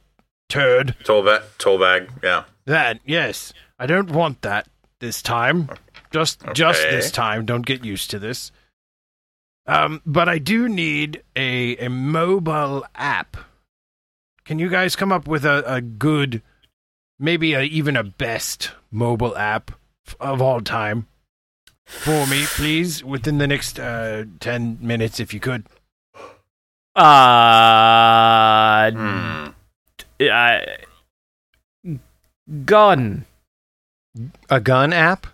Speaker 5: turd.
Speaker 4: Toll bag. Toll bag. Yeah.
Speaker 5: That yes, I don't want that this time. Just just
Speaker 4: Okay.
Speaker 5: this time. Don't get used to this. Um, but I do need a a mobile app. Can you guys come up with a, a good, maybe a, even a best mobile app f- of all time for me, please, within the next uh, ten minutes, if you could?
Speaker 2: Uh,
Speaker 4: Hmm.
Speaker 2: uh gun
Speaker 3: A gun app?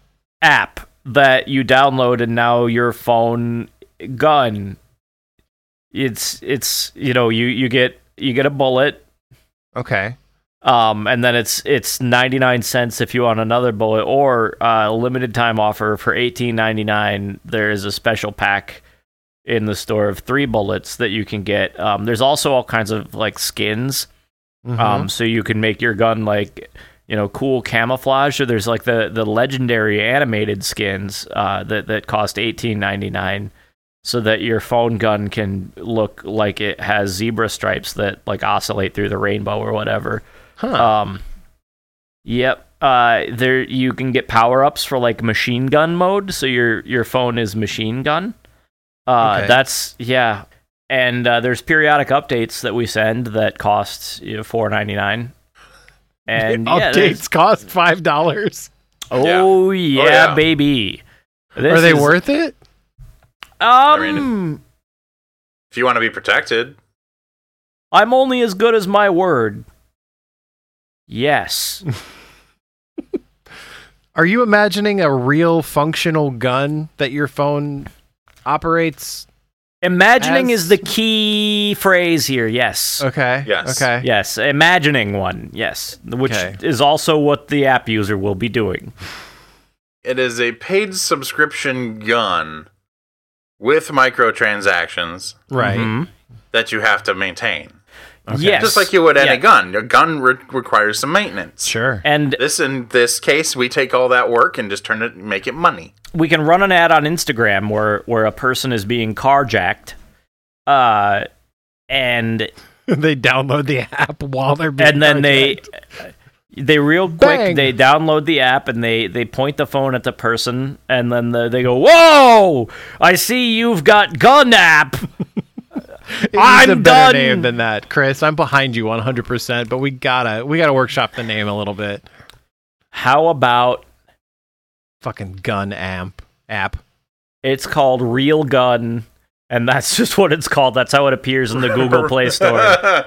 Speaker 2: app that you download and now your phone gun it's it's you know you you get you get a bullet
Speaker 3: Okay.
Speaker 2: um and then it's it's 99 cents if you want another bullet or uh limited time offer for 18.99 there is a special pack in the store of 3 bullets that you can get um there's also all kinds of like skins
Speaker 5: Mm-hmm.
Speaker 3: Mm-hmm.
Speaker 2: um, so you can make your gun like you know cool camouflage. So there's like the the legendary animated skins uh, that that cost eighteen ninety nine, so that your phone gun can look like it has zebra stripes that like oscillate through the rainbow or whatever.
Speaker 3: Huh.
Speaker 2: Um, yep. Uh, there you can get power ups for like machine gun mode, so your your phone is machine gun. Uh,
Speaker 3: Okay.
Speaker 2: that's yeah. And uh, there's periodic updates that we send that costs you know, four ninety nine.
Speaker 5: [laughs]
Speaker 3: [laughs]
Speaker 2: And yeah, there's-
Speaker 3: Updates cost five dollars.
Speaker 2: Oh yeah,
Speaker 4: yeah.
Speaker 2: baby. This
Speaker 3: Are they
Speaker 2: is-
Speaker 3: worth it?
Speaker 2: Um,
Speaker 4: mean, If you want to be protected,
Speaker 2: I'm only as good as my word.
Speaker 3: [laughs]
Speaker 2: Yes.
Speaker 3: Are you imagining a real functional gun that your phone operates?
Speaker 2: Imagining
Speaker 3: As-
Speaker 2: is the key phrase here. Yes.
Speaker 3: Okay.
Speaker 4: Yes.
Speaker 3: Okay.
Speaker 2: Yes, imagining one. Yes, which
Speaker 3: Okay.
Speaker 2: is also what the app user will be doing.
Speaker 4: it is a paid subscription gun with microtransactions
Speaker 3: Right.
Speaker 2: Mhm.
Speaker 4: that you have to maintain.
Speaker 2: Yes,
Speaker 4: Just like you would any
Speaker 2: Yeah.
Speaker 4: gun. Your gun re- requires some maintenance.
Speaker 3: Sure.
Speaker 2: And
Speaker 4: This in this case, we take all that work and just turn it make it money.
Speaker 2: we can run an ad on Instagram where where a person is being carjacked, uh, and
Speaker 3: [laughs] they download the app while they're being
Speaker 2: and then they uh,
Speaker 3: carjacked.
Speaker 2: they real quick
Speaker 3: Bang.
Speaker 2: they download the app and they they point the phone at the person and then the, they go whoa I see you've got gun app
Speaker 3: It needs
Speaker 2: I'm
Speaker 3: a better
Speaker 2: done.
Speaker 3: name than that, Chris. I'm behind you 100, percent but we gotta we gotta workshop the name a little bit.
Speaker 2: how about
Speaker 3: Fucking gun amp app.
Speaker 2: It's called Real Gun, and that's [laughs] just what it's called. That's how it appears in the Google Play Store.
Speaker 4: [laughs]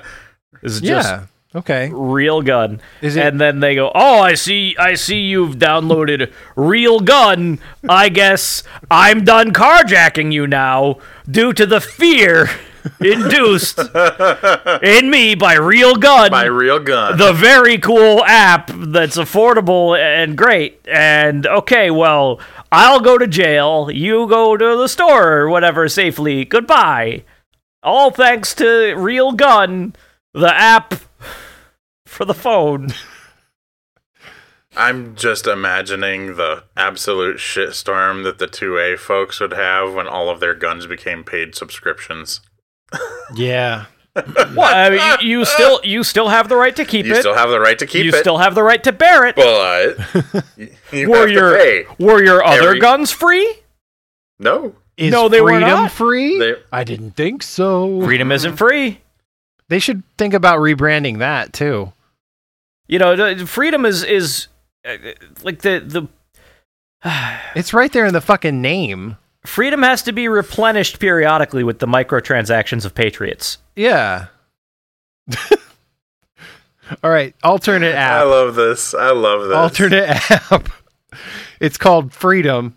Speaker 2: It's just
Speaker 3: yeah. Okay.
Speaker 2: Real Gun,
Speaker 3: Is it-
Speaker 2: and then they go, "Oh, I see, I see you've downloaded Real Gun. I guess I'm done carjacking you now due to the fear induced in me by Real Gun."
Speaker 4: By real gun.
Speaker 2: Mm. the very cool app that's affordable and great. And okay, well, I'll go to jail. You go to the store or whatever safely. Goodbye. All thanks to Real Gun, the app for the
Speaker 4: [laughs]
Speaker 2: phone.
Speaker 4: I'm just imagining the absolute shitstorm that the 2A folks would have when all of their guns became paid subscriptions.
Speaker 3: Yeah.
Speaker 2: What? I mean, you, you still you still have the right to keep
Speaker 4: You
Speaker 2: it.
Speaker 4: still have the right to keep
Speaker 2: you
Speaker 4: it,
Speaker 2: still have the right to bear it.
Speaker 4: but
Speaker 2: [laughs]
Speaker 4: you, you
Speaker 2: were
Speaker 4: have to
Speaker 2: your
Speaker 4: pay.
Speaker 2: were your other
Speaker 4: Every-
Speaker 2: guns free?
Speaker 4: No,
Speaker 3: Is
Speaker 2: No, they were
Speaker 3: freedom
Speaker 2: not.
Speaker 3: free?
Speaker 4: they,
Speaker 3: I didn't think so.
Speaker 2: Freedom isn't free.
Speaker 3: They should think about rebranding that too.
Speaker 2: You know, the- freedom is is uh, like the the
Speaker 3: It's right there in the fucking name.
Speaker 2: Freedom has to be replenished periodically with the microtransactions of Patriots.
Speaker 3: Yeah. [laughs] All right, alternate
Speaker 4: I
Speaker 3: app.
Speaker 4: love this. I love this.
Speaker 3: Alternate [laughs] app. It's called Freedom.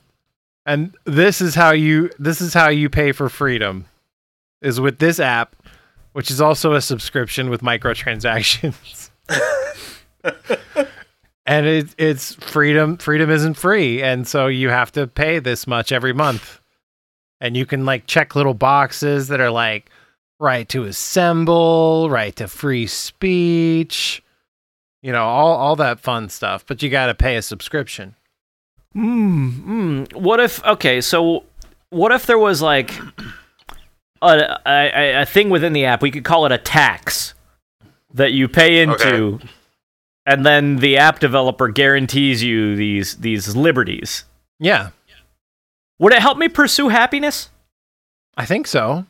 Speaker 3: And this is how you this is how you pay for freedom is with this app, which is also a subscription with microtransactions. [laughs] and it, it's freedom. Freedom isn't free, and so you have to pay this much every month. And you can like check little boxes that are like right to assemble, right to free speech, you know, all all that fun stuff. But you got to pay a subscription.
Speaker 2: Mm, mm. What if? Okay, so what if there was like a, a a thing within the app? We could call it a tax that you pay into, and then the app developer guarantees you these these liberties.
Speaker 3: Yeah,
Speaker 2: Would it help me pursue happiness?
Speaker 3: I think so.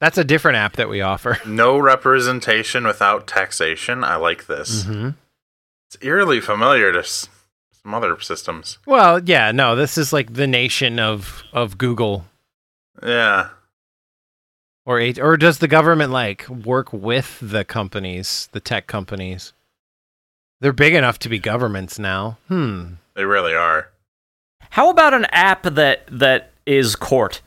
Speaker 3: That's a different app that we offer.
Speaker 4: No representation without taxation. I like this.
Speaker 3: Mm-hmm.
Speaker 4: It's eerily familiar to s- some other systems.
Speaker 3: Well, yeah, no, this is like the nation of of Google
Speaker 4: Yeah.
Speaker 3: or H- or does the government like work with the companies, the tech companies? They're big enough to be governments now. Hmm.
Speaker 4: They really are.
Speaker 2: How about an app that that is court?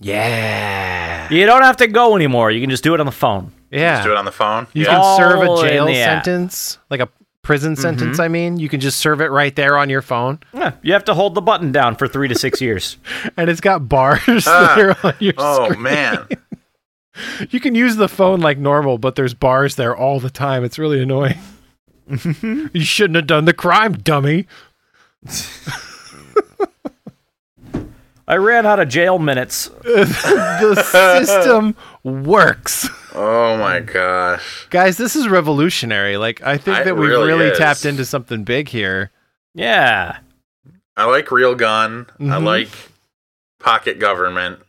Speaker 3: Yeah.
Speaker 2: You don't have to go anymore. You can just do it on the phone.
Speaker 4: Just do
Speaker 3: Yeah.
Speaker 4: it on the phone.
Speaker 3: You
Speaker 4: yeah.
Speaker 3: can serve
Speaker 2: All
Speaker 3: a
Speaker 2: in
Speaker 3: jail
Speaker 2: the app.
Speaker 3: sentence, like a prison sentence. I mean, you can just serve it right there on your phone,
Speaker 2: Yeah, you have to hold the button down for three to six years.
Speaker 3: and it's got bars [laughs]
Speaker 4: Ah.
Speaker 3: that are on your
Speaker 4: Oh
Speaker 5: [laughs]
Speaker 3: screen.
Speaker 4: man.
Speaker 3: You can use the phone like normal, but there's bars there all the time. It's really
Speaker 4: [laughs]
Speaker 3: annoying. you shouldn't have done the crime, dummy. [laughs]
Speaker 2: I ran out of jail minutes.
Speaker 3: The system works.
Speaker 4: Oh my gosh.
Speaker 3: Guys, this is revolutionary. Like I think
Speaker 4: It
Speaker 3: that we've
Speaker 4: really
Speaker 3: really
Speaker 4: is.
Speaker 3: tapped into something big here.
Speaker 2: Yeah.
Speaker 4: I like real gun. I
Speaker 5: Mm-hmm.
Speaker 3: Mhm.
Speaker 4: like pocket government.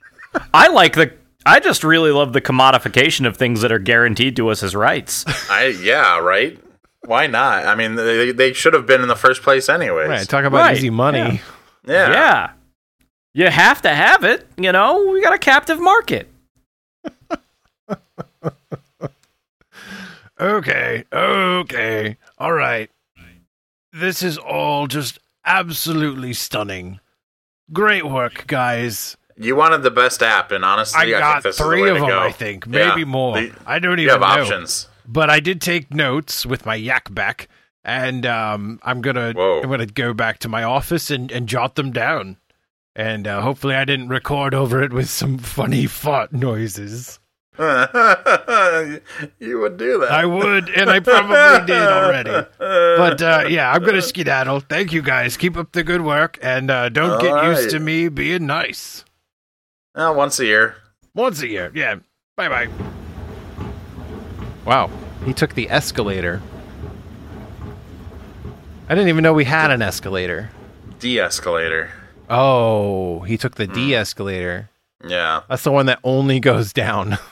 Speaker 2: I like the. I just really love the commodification of things that are guaranteed to us as rights.
Speaker 3: [laughs]
Speaker 4: I yeah, right? Why not? I mean, they, they should have been in the first place anyways.
Speaker 3: Right, talk about
Speaker 2: Right,
Speaker 3: easy money.
Speaker 4: yeah.
Speaker 2: yeah. You have to have it. You know, we got a captive market.
Speaker 5: Okay, okay, all right. This is all just absolutely stunning. Great work, guys.
Speaker 4: You wanted the best app, and honestly, I,
Speaker 5: I got
Speaker 4: think this is the
Speaker 5: three
Speaker 4: way
Speaker 5: of
Speaker 4: to
Speaker 5: them,
Speaker 4: go.
Speaker 5: I think,
Speaker 4: Yeah.
Speaker 5: maybe more.
Speaker 4: The-
Speaker 5: I don't even
Speaker 4: you have
Speaker 5: know.
Speaker 4: options.
Speaker 5: But I did take notes with my yak back, and um, I'm gonna
Speaker 4: Whoa.
Speaker 5: I'm gonna go back to my office and, and jot them down, and uh, hopefully I didn't record over it with some funny fart noises.
Speaker 4: [laughs] you would do that.
Speaker 5: I would, [laughs] and I
Speaker 4: [laughs]
Speaker 5: probably did already. But uh, yeah, I'm gonna skedaddle. Thank you guys. Keep up the good work, and uh, don't get
Speaker 4: All right.
Speaker 5: used to me being nice.
Speaker 4: Uh, once a year.
Speaker 5: Once a year, yeah. Bye bye.
Speaker 3: Wow. He took the escalator. I didn't even know we had an escalator.
Speaker 4: De escalator.
Speaker 3: Oh, he took the D escalator.
Speaker 4: Yeah.
Speaker 3: That's the one that only goes down. [laughs]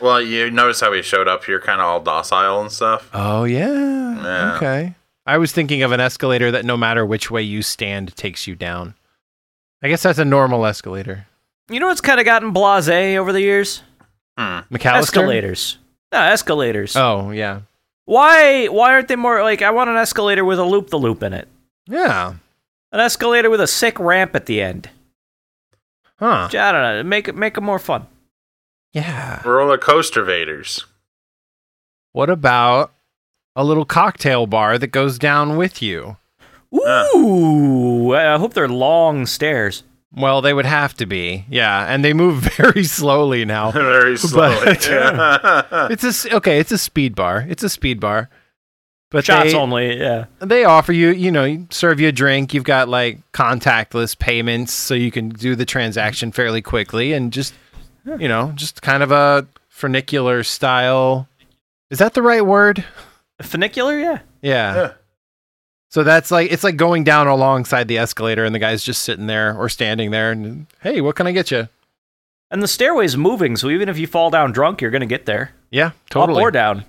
Speaker 4: Well, you notice how he showed up here kind of all docile and stuff.
Speaker 3: Oh yeah.
Speaker 4: Yeah.
Speaker 3: Okay. I was thinking of an escalator that no matter which way you stand takes you down. I guess that's a normal escalator.
Speaker 2: You know what's kind of gotten blasé over the years?
Speaker 4: Hmm.
Speaker 3: McAllister?
Speaker 2: Escalators. No, escalators.
Speaker 3: Oh yeah.
Speaker 2: Why? Why aren't they more like? I want an escalator with a loop-the-loop in it.
Speaker 3: Yeah.
Speaker 2: An escalator with a sick ramp at the end.
Speaker 3: Huh.
Speaker 2: I don't know. Make it make it more fun.
Speaker 3: Yeah.
Speaker 4: Roller coaster vaders. [laughs]
Speaker 3: What about a little cocktail bar that goes down with you?
Speaker 2: Ooh, I I hope they're long stairs.
Speaker 3: Well, they would have to be. Yeah, and they move [laughs] very slowly now.
Speaker 4: [laughs] Very
Speaker 5: [laughs]
Speaker 4: slowly.
Speaker 5: uh,
Speaker 4: [laughs] Yeah.
Speaker 3: It's a s- okay, it's a speed bar. It's a speed bar. But
Speaker 2: Shots
Speaker 3: they,
Speaker 2: only. Yeah.
Speaker 3: they offer you, you know, serve you a drink. You've got like contactless payments, so you can do the transaction fairly quickly and just, you know, just kind of a funicular style. Is that the right word?
Speaker 2: Funicular. Yeah.
Speaker 5: uh,
Speaker 3: Yeah.
Speaker 4: Yeah.
Speaker 3: So that's like it's like going down alongside the escalator, and the guy's just sitting there or standing there, and hey, what can I get you?
Speaker 2: And the stairway's moving, so even if you fall down drunk, you're gonna get there.
Speaker 3: Yeah, totally.
Speaker 2: Up or down.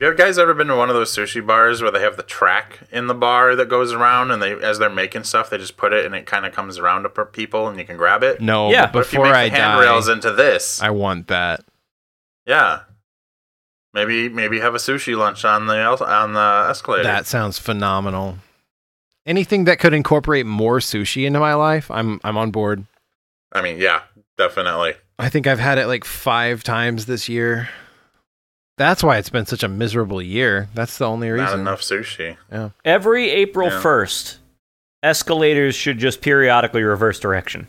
Speaker 4: you guys ever been to one of those sushi bars where they have the track in the bar that goes around, and they, as they're making stuff, they just put it, and it kind of comes around to per- people, and you can grab it.
Speaker 3: No,
Speaker 2: Yeah.
Speaker 3: but
Speaker 4: But if you
Speaker 3: before
Speaker 4: make
Speaker 3: I
Speaker 4: the handrails
Speaker 3: die,
Speaker 4: into this,
Speaker 3: I want that.
Speaker 4: yeah, maybe maybe have a sushi lunch on the el- on the escalator.
Speaker 3: That sounds phenomenal. Anything that could incorporate more sushi into my life, I'm I'm on board.
Speaker 4: I mean, yeah, definitely.
Speaker 3: I think I've had it like five times this year. That's why it's been such a miserable year. That's the only
Speaker 4: Not
Speaker 3: reason.
Speaker 4: enough sushi.
Speaker 2: Every April
Speaker 4: Yeah.
Speaker 2: 1st, escalators should just periodically reverse direction.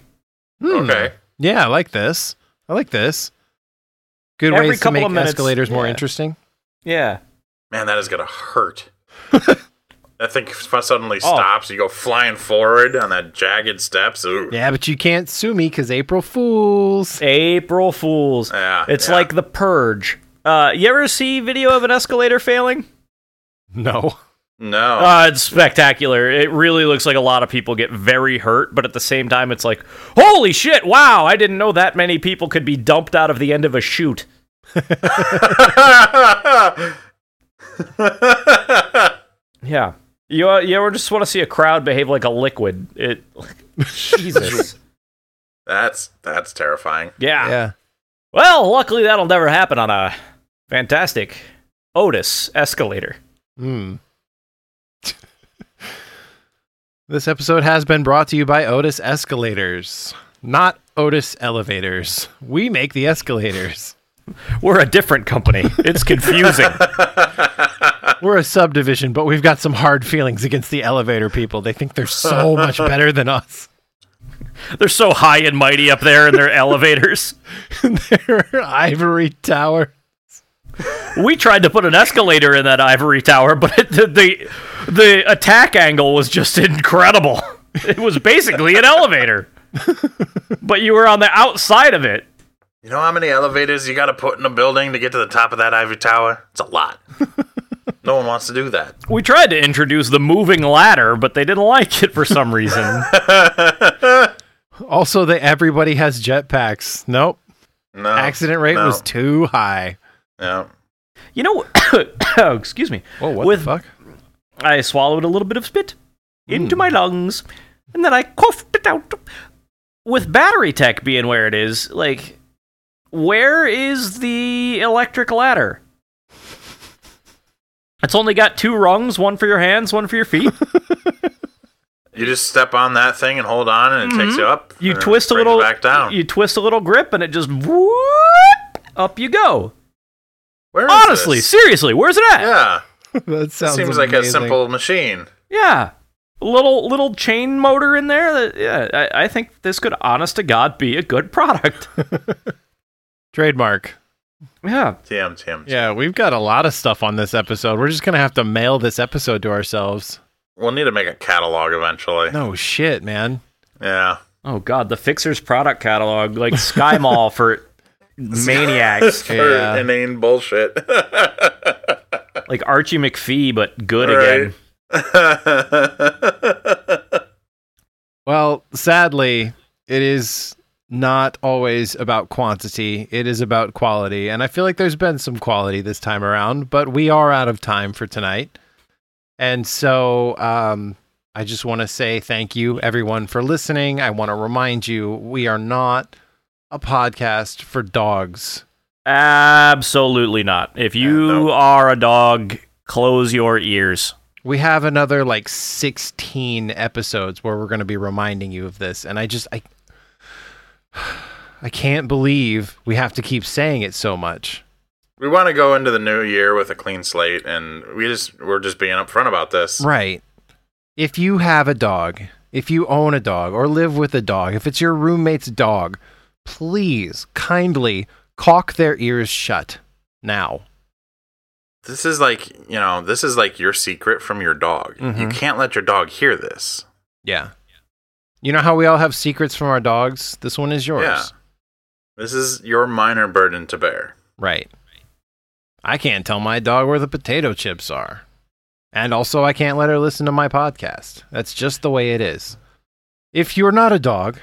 Speaker 3: Hmm.
Speaker 4: Okay.
Speaker 3: Yeah, I like this. I like this. Good
Speaker 2: Every
Speaker 3: ways to
Speaker 2: couple
Speaker 3: make
Speaker 2: of minutes-
Speaker 3: escalators more
Speaker 2: yeah.
Speaker 3: interesting.
Speaker 2: Yeah.
Speaker 4: Man, that is
Speaker 3: [laughs]
Speaker 4: gonna hurt. that thing f- suddenly
Speaker 3: Oh.
Speaker 4: stops. You go flying forward on that jagged steps. Ooh.
Speaker 3: Yeah, but you can't sue me because April Fools.
Speaker 2: April Fools.
Speaker 4: Yeah,
Speaker 2: it's
Speaker 4: Uh, yeah.
Speaker 2: like the purge. Uh, you ever see video of an escalator failing?
Speaker 3: No.
Speaker 4: No. [laughs]
Speaker 2: Uh, it's spectacular. It really looks like a lot of people get very hurt, but at the same time, it's like, holy shit, wow, I didn't know that many people could be dumped out of the end of a chute. Yeah. You, uh, you ever just want to see a crowd behave like a liquid? It, Jesus.
Speaker 4: that's that's terrifying. [laughs]
Speaker 2: Yeah.
Speaker 3: [laughs] Yeah.
Speaker 2: Well, luckily that'll never happen on a fantastic Otis escalator.
Speaker 3: Hmm. [laughs] this episode has been brought to you by Otis Escalators, not Otis Elevators. We make the [laughs] escalators.
Speaker 2: We're a different company. It's confusing.
Speaker 3: We're a subdivision, but we've got some hard feelings against the elevator people. They think they're [laughs] so much better than us. [laughs]
Speaker 2: They're so high and mighty up there in their elevators.
Speaker 3: they're ivory tower.
Speaker 2: We tried to put an escalator in that ivory tower, but it, the, the the attack angle was just incredible. It was basically an elevator, but you were on the outside of it.
Speaker 4: You know how many elevators you got to put in a building to get to the top of that ivory tower? It's
Speaker 3: [laughs]
Speaker 4: a lot. no one wants to do that.
Speaker 2: We tried to introduce the moving ladder, but they didn't like it for some reason.
Speaker 4: [laughs]
Speaker 3: Also, that everybody has jetpacks. Nope.
Speaker 4: No.
Speaker 3: Accident rate
Speaker 4: no,
Speaker 3: was too high.
Speaker 4: no.
Speaker 2: You know, [coughs] excuse me.
Speaker 3: Whoa, what
Speaker 2: With-
Speaker 3: the fuck?
Speaker 2: I swallowed a little bit of spit
Speaker 4: Hmm.
Speaker 2: into my lungs, and then I coughed it out. With battery tech being where it is, like, where is the electric ladder? It's only got two rungs, one for your hands, one for your
Speaker 4: [laughs]
Speaker 2: feet.
Speaker 4: You just step on that thing and hold on, and it takes you up.
Speaker 2: Mm-hmm. You
Speaker 4: and it
Speaker 2: twist a
Speaker 4: brings you
Speaker 2: little
Speaker 4: back down.
Speaker 2: You twist a little grip, and it just whoop, up you go.
Speaker 4: Where is
Speaker 2: Honestly,
Speaker 4: this?
Speaker 2: seriously, where's it at?
Speaker 4: yeah,
Speaker 3: that
Speaker 4: it
Speaker 3: sounds
Speaker 4: seems like a
Speaker 3: amazing.
Speaker 4: simple machine.
Speaker 2: Yeah. Little little chain motor in there. That, yeah, I, I think this could, honest to God, be a
Speaker 3: [laughs]
Speaker 2: good product.
Speaker 3: trademark.
Speaker 2: yeah.
Speaker 4: TM, TM.
Speaker 3: Yeah, we've got a lot of stuff on this episode. We're just gonna have to mail this episode to ourselves.
Speaker 4: We'll need to make a catalog eventually.
Speaker 3: No shit, man.
Speaker 4: Yeah.
Speaker 2: Oh God, the Fixer's product catalog, like Sky
Speaker 3: [laughs]
Speaker 2: Mall for maniacs,
Speaker 4: For
Speaker 3: Yeah.
Speaker 4: inane bullshit. [laughs]
Speaker 2: like Archie McPhee, but good
Speaker 4: Right.
Speaker 2: again.
Speaker 3: Well, sadly, it is not always about quantity. It is about quality, and I feel like there's been some quality this time around. But we are out of time for tonight, and so um, I just want to say thank you, everyone, for listening. I want to remind you, we are not a podcast for dogs.
Speaker 2: Absolutely not. If you
Speaker 4: Yeah, no.
Speaker 2: are a dog, close your ears.
Speaker 3: We have another like 16 episodes where we're going to be reminding you of this and I just I [sighs] I can't believe we have to keep saying it so much.
Speaker 4: [laughs] we want to go into the new year with a clean slate, and we just we're just being upfront about this.
Speaker 3: Right. If you have a dog, if you own a dog or live with a dog, if it's your roommate's dog, please kindly cock their ears shut now.
Speaker 4: This is like you know, this is like your secret from your dog.
Speaker 2: Mm-hmm.
Speaker 4: You can't let your dog hear this.
Speaker 3: Yeah. You know how we all have secrets from our dogs? This one is yours.
Speaker 4: Yeah. This is your minor burden to bear.
Speaker 3: Right. I can't tell my dog where the potato chips are. And also, I can't let her listen to my podcast. That's just the way it is. If you're not a dog,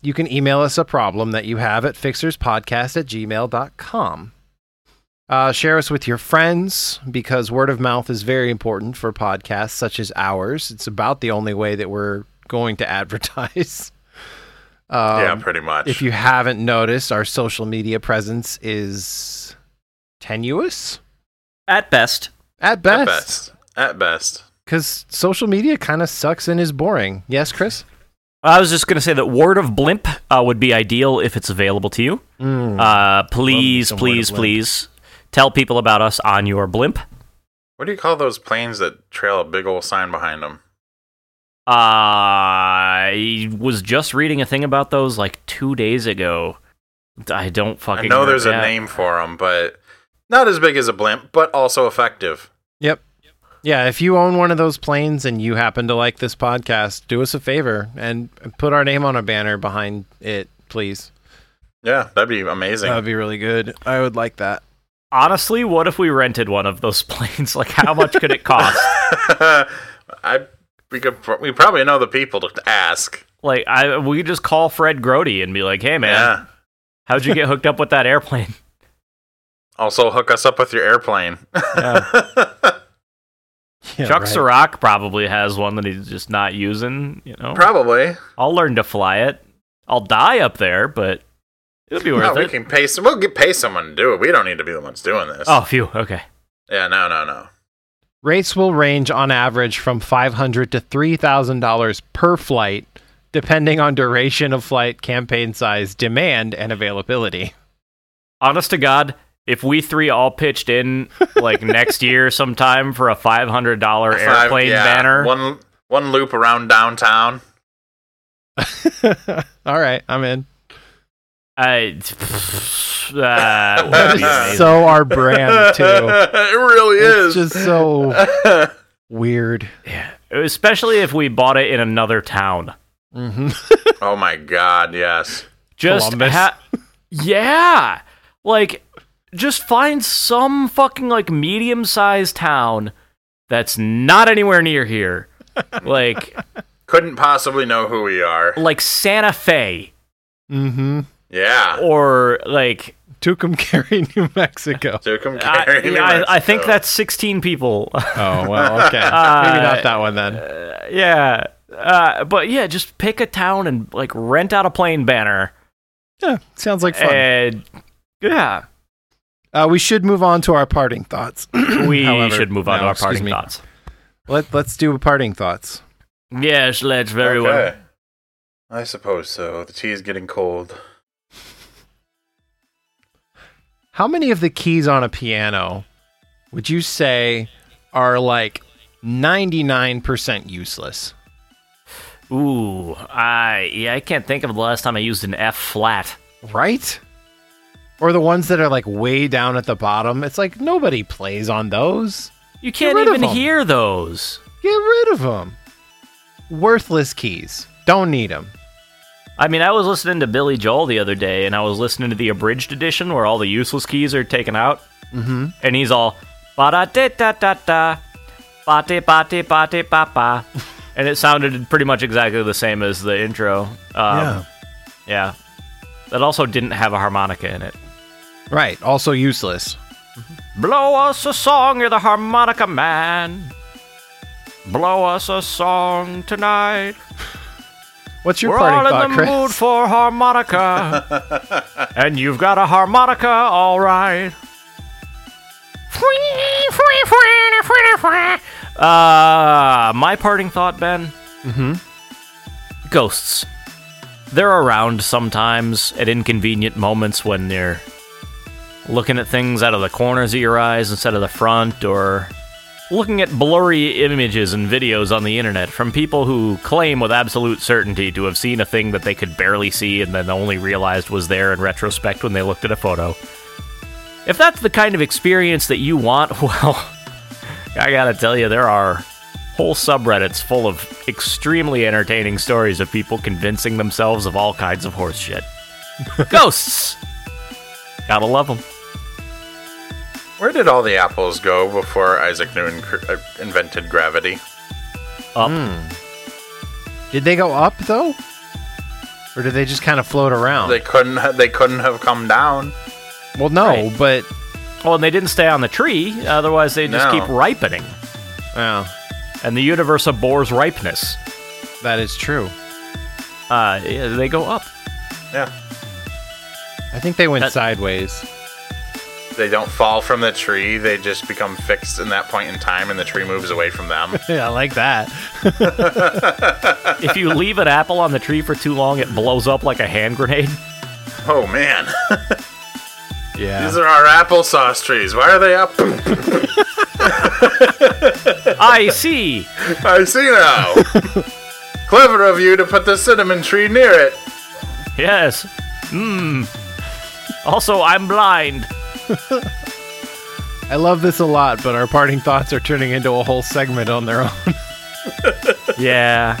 Speaker 3: you can email us a problem that you have at fixerspodcast at gmail.com. Uh, share us with your friends because word of mouth is very important for podcasts such as ours. It's about the only way that we're going to [laughs] advertise. Um,
Speaker 4: yeah, pretty much.
Speaker 3: if you haven't noticed, our social media presence is tenuous
Speaker 2: At best,
Speaker 3: at
Speaker 4: at
Speaker 3: best
Speaker 4: best, at best,
Speaker 3: because social media kind of sucks and is boring. Yes, Chris?
Speaker 2: I was just gonna say that word of blimp uh, would be ideal if it's available to you.
Speaker 3: Hmm.
Speaker 2: Uh, please,
Speaker 3: some Word of
Speaker 2: please,
Speaker 3: Blimp.
Speaker 2: please Tell people about us on your blimp.
Speaker 4: What do you call those planes that trail a big old sign behind them?
Speaker 2: Uh, I was just reading a thing about those like two days ago. I don't fucking
Speaker 4: I know there's
Speaker 2: yeah.
Speaker 4: a name for them, but not as big as a blimp, but also effective.
Speaker 3: Yep. Yeah, if you own one of those planes and you happen to like this podcast, do us a favor and put our name on a banner behind it, please.
Speaker 4: Yeah, that'd be amazing.
Speaker 3: That would be really good. I would like that.
Speaker 2: Honestly, what if we rented one of those [laughs] planes? Like, how much could
Speaker 4: [laughs]
Speaker 2: it cost?
Speaker 4: [laughs] I we could pro- we probably know the people to ask.
Speaker 2: like, I we could just call Fred Grody and be like, "Hey, man,
Speaker 4: Yeah.
Speaker 2: how'd you get hooked up with that airplane?"
Speaker 4: Also, hook us up with your airplane.
Speaker 2: Chuck Sirach probably has one that he's just not using. You know,
Speaker 4: [laughs] probably.
Speaker 2: I'll learn to fly it. I'll die up there, but it'll be worth
Speaker 4: No, Oh, we
Speaker 2: it.
Speaker 4: can pay. Some, we'll get, pay someone to do it. We don't need to be the ones doing this.
Speaker 2: Oh, phew. Okay.
Speaker 4: Yeah, no, no, no.
Speaker 3: Rates will range on average from $500 to $3,000 per flight, depending on duration of flight, campaign size, demand, and availability. [laughs]
Speaker 2: honest to God, if we three all pitched in like
Speaker 4: [laughs]
Speaker 2: next year sometime for a five hundred dollar
Speaker 4: Five-
Speaker 2: airplane
Speaker 4: yeah,
Speaker 2: banner,
Speaker 4: One one loop around downtown.
Speaker 3: All right, I'm in.
Speaker 2: I pfft, that would be
Speaker 3: [laughs]
Speaker 2: amazing.
Speaker 3: So our
Speaker 4: [laughs]
Speaker 3: brand too.
Speaker 4: it really
Speaker 3: It's
Speaker 4: is.
Speaker 3: just so weird.
Speaker 2: especially if we bought it in another town.
Speaker 3: hmm
Speaker 4: [laughs] oh my god, yes.
Speaker 2: Just
Speaker 3: Columbus.
Speaker 2: ha- yeah, like just find some fucking like medium sized town that's not anywhere near here,
Speaker 4: [laughs]
Speaker 2: like
Speaker 4: Couldn't possibly know who we are.
Speaker 2: like Santa Fe
Speaker 3: hmm
Speaker 4: Yeah.
Speaker 2: or like
Speaker 3: [laughs] Tucumcari, New Mexico.
Speaker 4: Duke 'em
Speaker 2: I,
Speaker 4: carry me
Speaker 2: yeah, I, I think
Speaker 4: myself.
Speaker 2: that's 16 people.
Speaker 3: Oh well, okay. [laughs] Uh, Maybe not that one then.
Speaker 2: yeah. Uh, but yeah, just pick a town and like rent out a plane banner.
Speaker 3: yeah, sounds like fun.
Speaker 2: And yeah,
Speaker 3: Uh, we should move on to our parting thoughts. [clears throat]
Speaker 2: we
Speaker 3: However-
Speaker 2: should move on
Speaker 3: no,
Speaker 2: to our
Speaker 3: excuse
Speaker 2: parting
Speaker 3: me.
Speaker 2: thoughts.
Speaker 3: Let Let's do parting thoughts.
Speaker 2: Yes, let's very well.
Speaker 4: Okay. I suppose so. The tea is getting cold.
Speaker 3: How many of the keys on a piano would you say are like ninety nine percent useless?
Speaker 2: Ooh, I yeah, I can't think of the last time I used an F flat.
Speaker 3: Right? Or the ones that are like way down at the bottom. It's like nobody plays on those.
Speaker 2: You can't
Speaker 3: rid of
Speaker 2: even
Speaker 3: 'em.
Speaker 2: hear those.
Speaker 3: Get rid of them. Worthless keys. Don't need them.
Speaker 2: I mean, I was listening to Billy Joel the other day, and I was listening to the abridged edition where all the useless keys are taken out. Mm-hmm. And he's all ba da da da da da, ba de ba de ba de ba [laughs] ba, and it sounded pretty much exactly the same as the intro. Um, yeah, yeah. That also didn't have a harmonica in it.
Speaker 3: Right. Also useless.
Speaker 2: Blow us a song, you're the harmonica man. Blow us a song tonight.
Speaker 3: What's your
Speaker 2: We're
Speaker 3: parting
Speaker 2: all in
Speaker 3: thought,
Speaker 2: the
Speaker 3: Chris?
Speaker 2: mood for harmonica.
Speaker 3: [laughs]
Speaker 2: and you've got a harmonica, all right. Uh, my parting thought, Ben. Mm-hmm. Ghosts. They're around sometimes at inconvenient moments when they're looking at things out of the corners of your eyes instead of the front, or looking at blurry images and videos on the internet from people who claim with absolute certainty to have seen a thing that they could barely see and then only realized was there in retrospect when they looked at a photo. If that's the kind of experience that you want, [laughs] well, I gotta tell you, there are whole subreddits full of extremely entertaining stories of people convincing themselves of all kinds of horse shit. Ghosts! Gotta love them.
Speaker 4: Where did all the apples go before Isaac Newton cr- uh, invented gravity?
Speaker 2: Up.
Speaker 3: Did they go up though? Or did they just kind of float around?
Speaker 4: They couldn't. Ha- they couldn't have come down.
Speaker 3: well, no,
Speaker 2: Right.
Speaker 3: but
Speaker 2: Well, Oh, and they didn't stay on the tree, otherwise, they just
Speaker 4: No.
Speaker 2: keep ripening.
Speaker 3: oh,
Speaker 2: and the universe abhors ripeness.
Speaker 3: that is true.
Speaker 2: Uh, yeah, they go up.
Speaker 4: Yeah.
Speaker 3: I think they went
Speaker 2: That-
Speaker 3: sideways.
Speaker 4: They don't fall from the tree. They just become fixed in that point in time, and the tree moves away from them.
Speaker 3: Yeah, I like that.
Speaker 2: If you leave an apple on the tree for too long, it blows up like a hand grenade.
Speaker 4: oh man. Oh, [laughs] These are our applesauce trees. Why are they up?
Speaker 2: [laughs]
Speaker 4: [laughs]
Speaker 2: I see.
Speaker 4: I see now. Clever of you to put the cinnamon tree near it.
Speaker 2: Yes. Mmm. Also, I'm blind.
Speaker 3: I love this a lot, but our parting thoughts are turning into a whole segment on their own. [laughs]
Speaker 2: Yeah.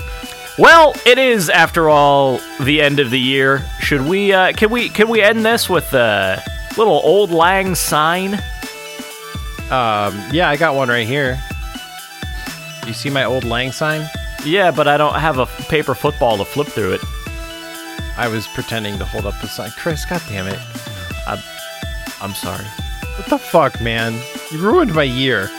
Speaker 2: Well, it is after all the end of the year. Should we? Uh, can we? Can we end this with a little old lang sign?
Speaker 3: Um, yeah, I got one right here. You see my old lang sign?
Speaker 2: Yeah, but I don't have a paper football to flip through it.
Speaker 3: I was pretending to hold up the sign. Chris, god damn it.
Speaker 2: I'm sorry.
Speaker 3: What the fuck, man? You ruined my year.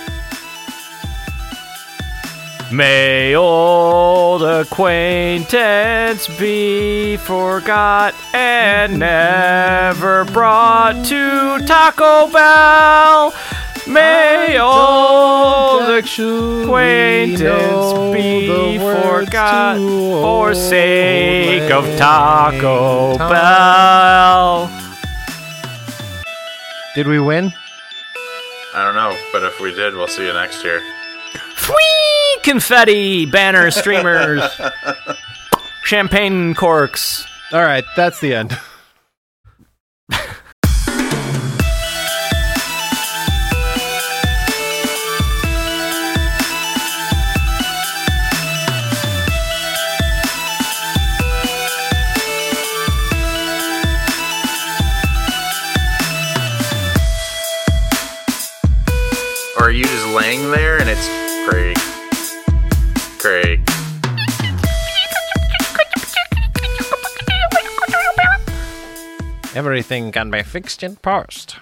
Speaker 2: May old acquaintance be forgot and never brought to Taco Bell. May old acquaintance be forgot for sake of Taco Bell.
Speaker 3: Did we win?
Speaker 4: I don't know, but if we did, we'll see you next year.
Speaker 2: Whee! Confetti, banners, streamers, champagne corks.
Speaker 3: All right, that's the end.
Speaker 4: Or are you just laying there and it's Craig? Craig.
Speaker 3: Everything can be fixed in post.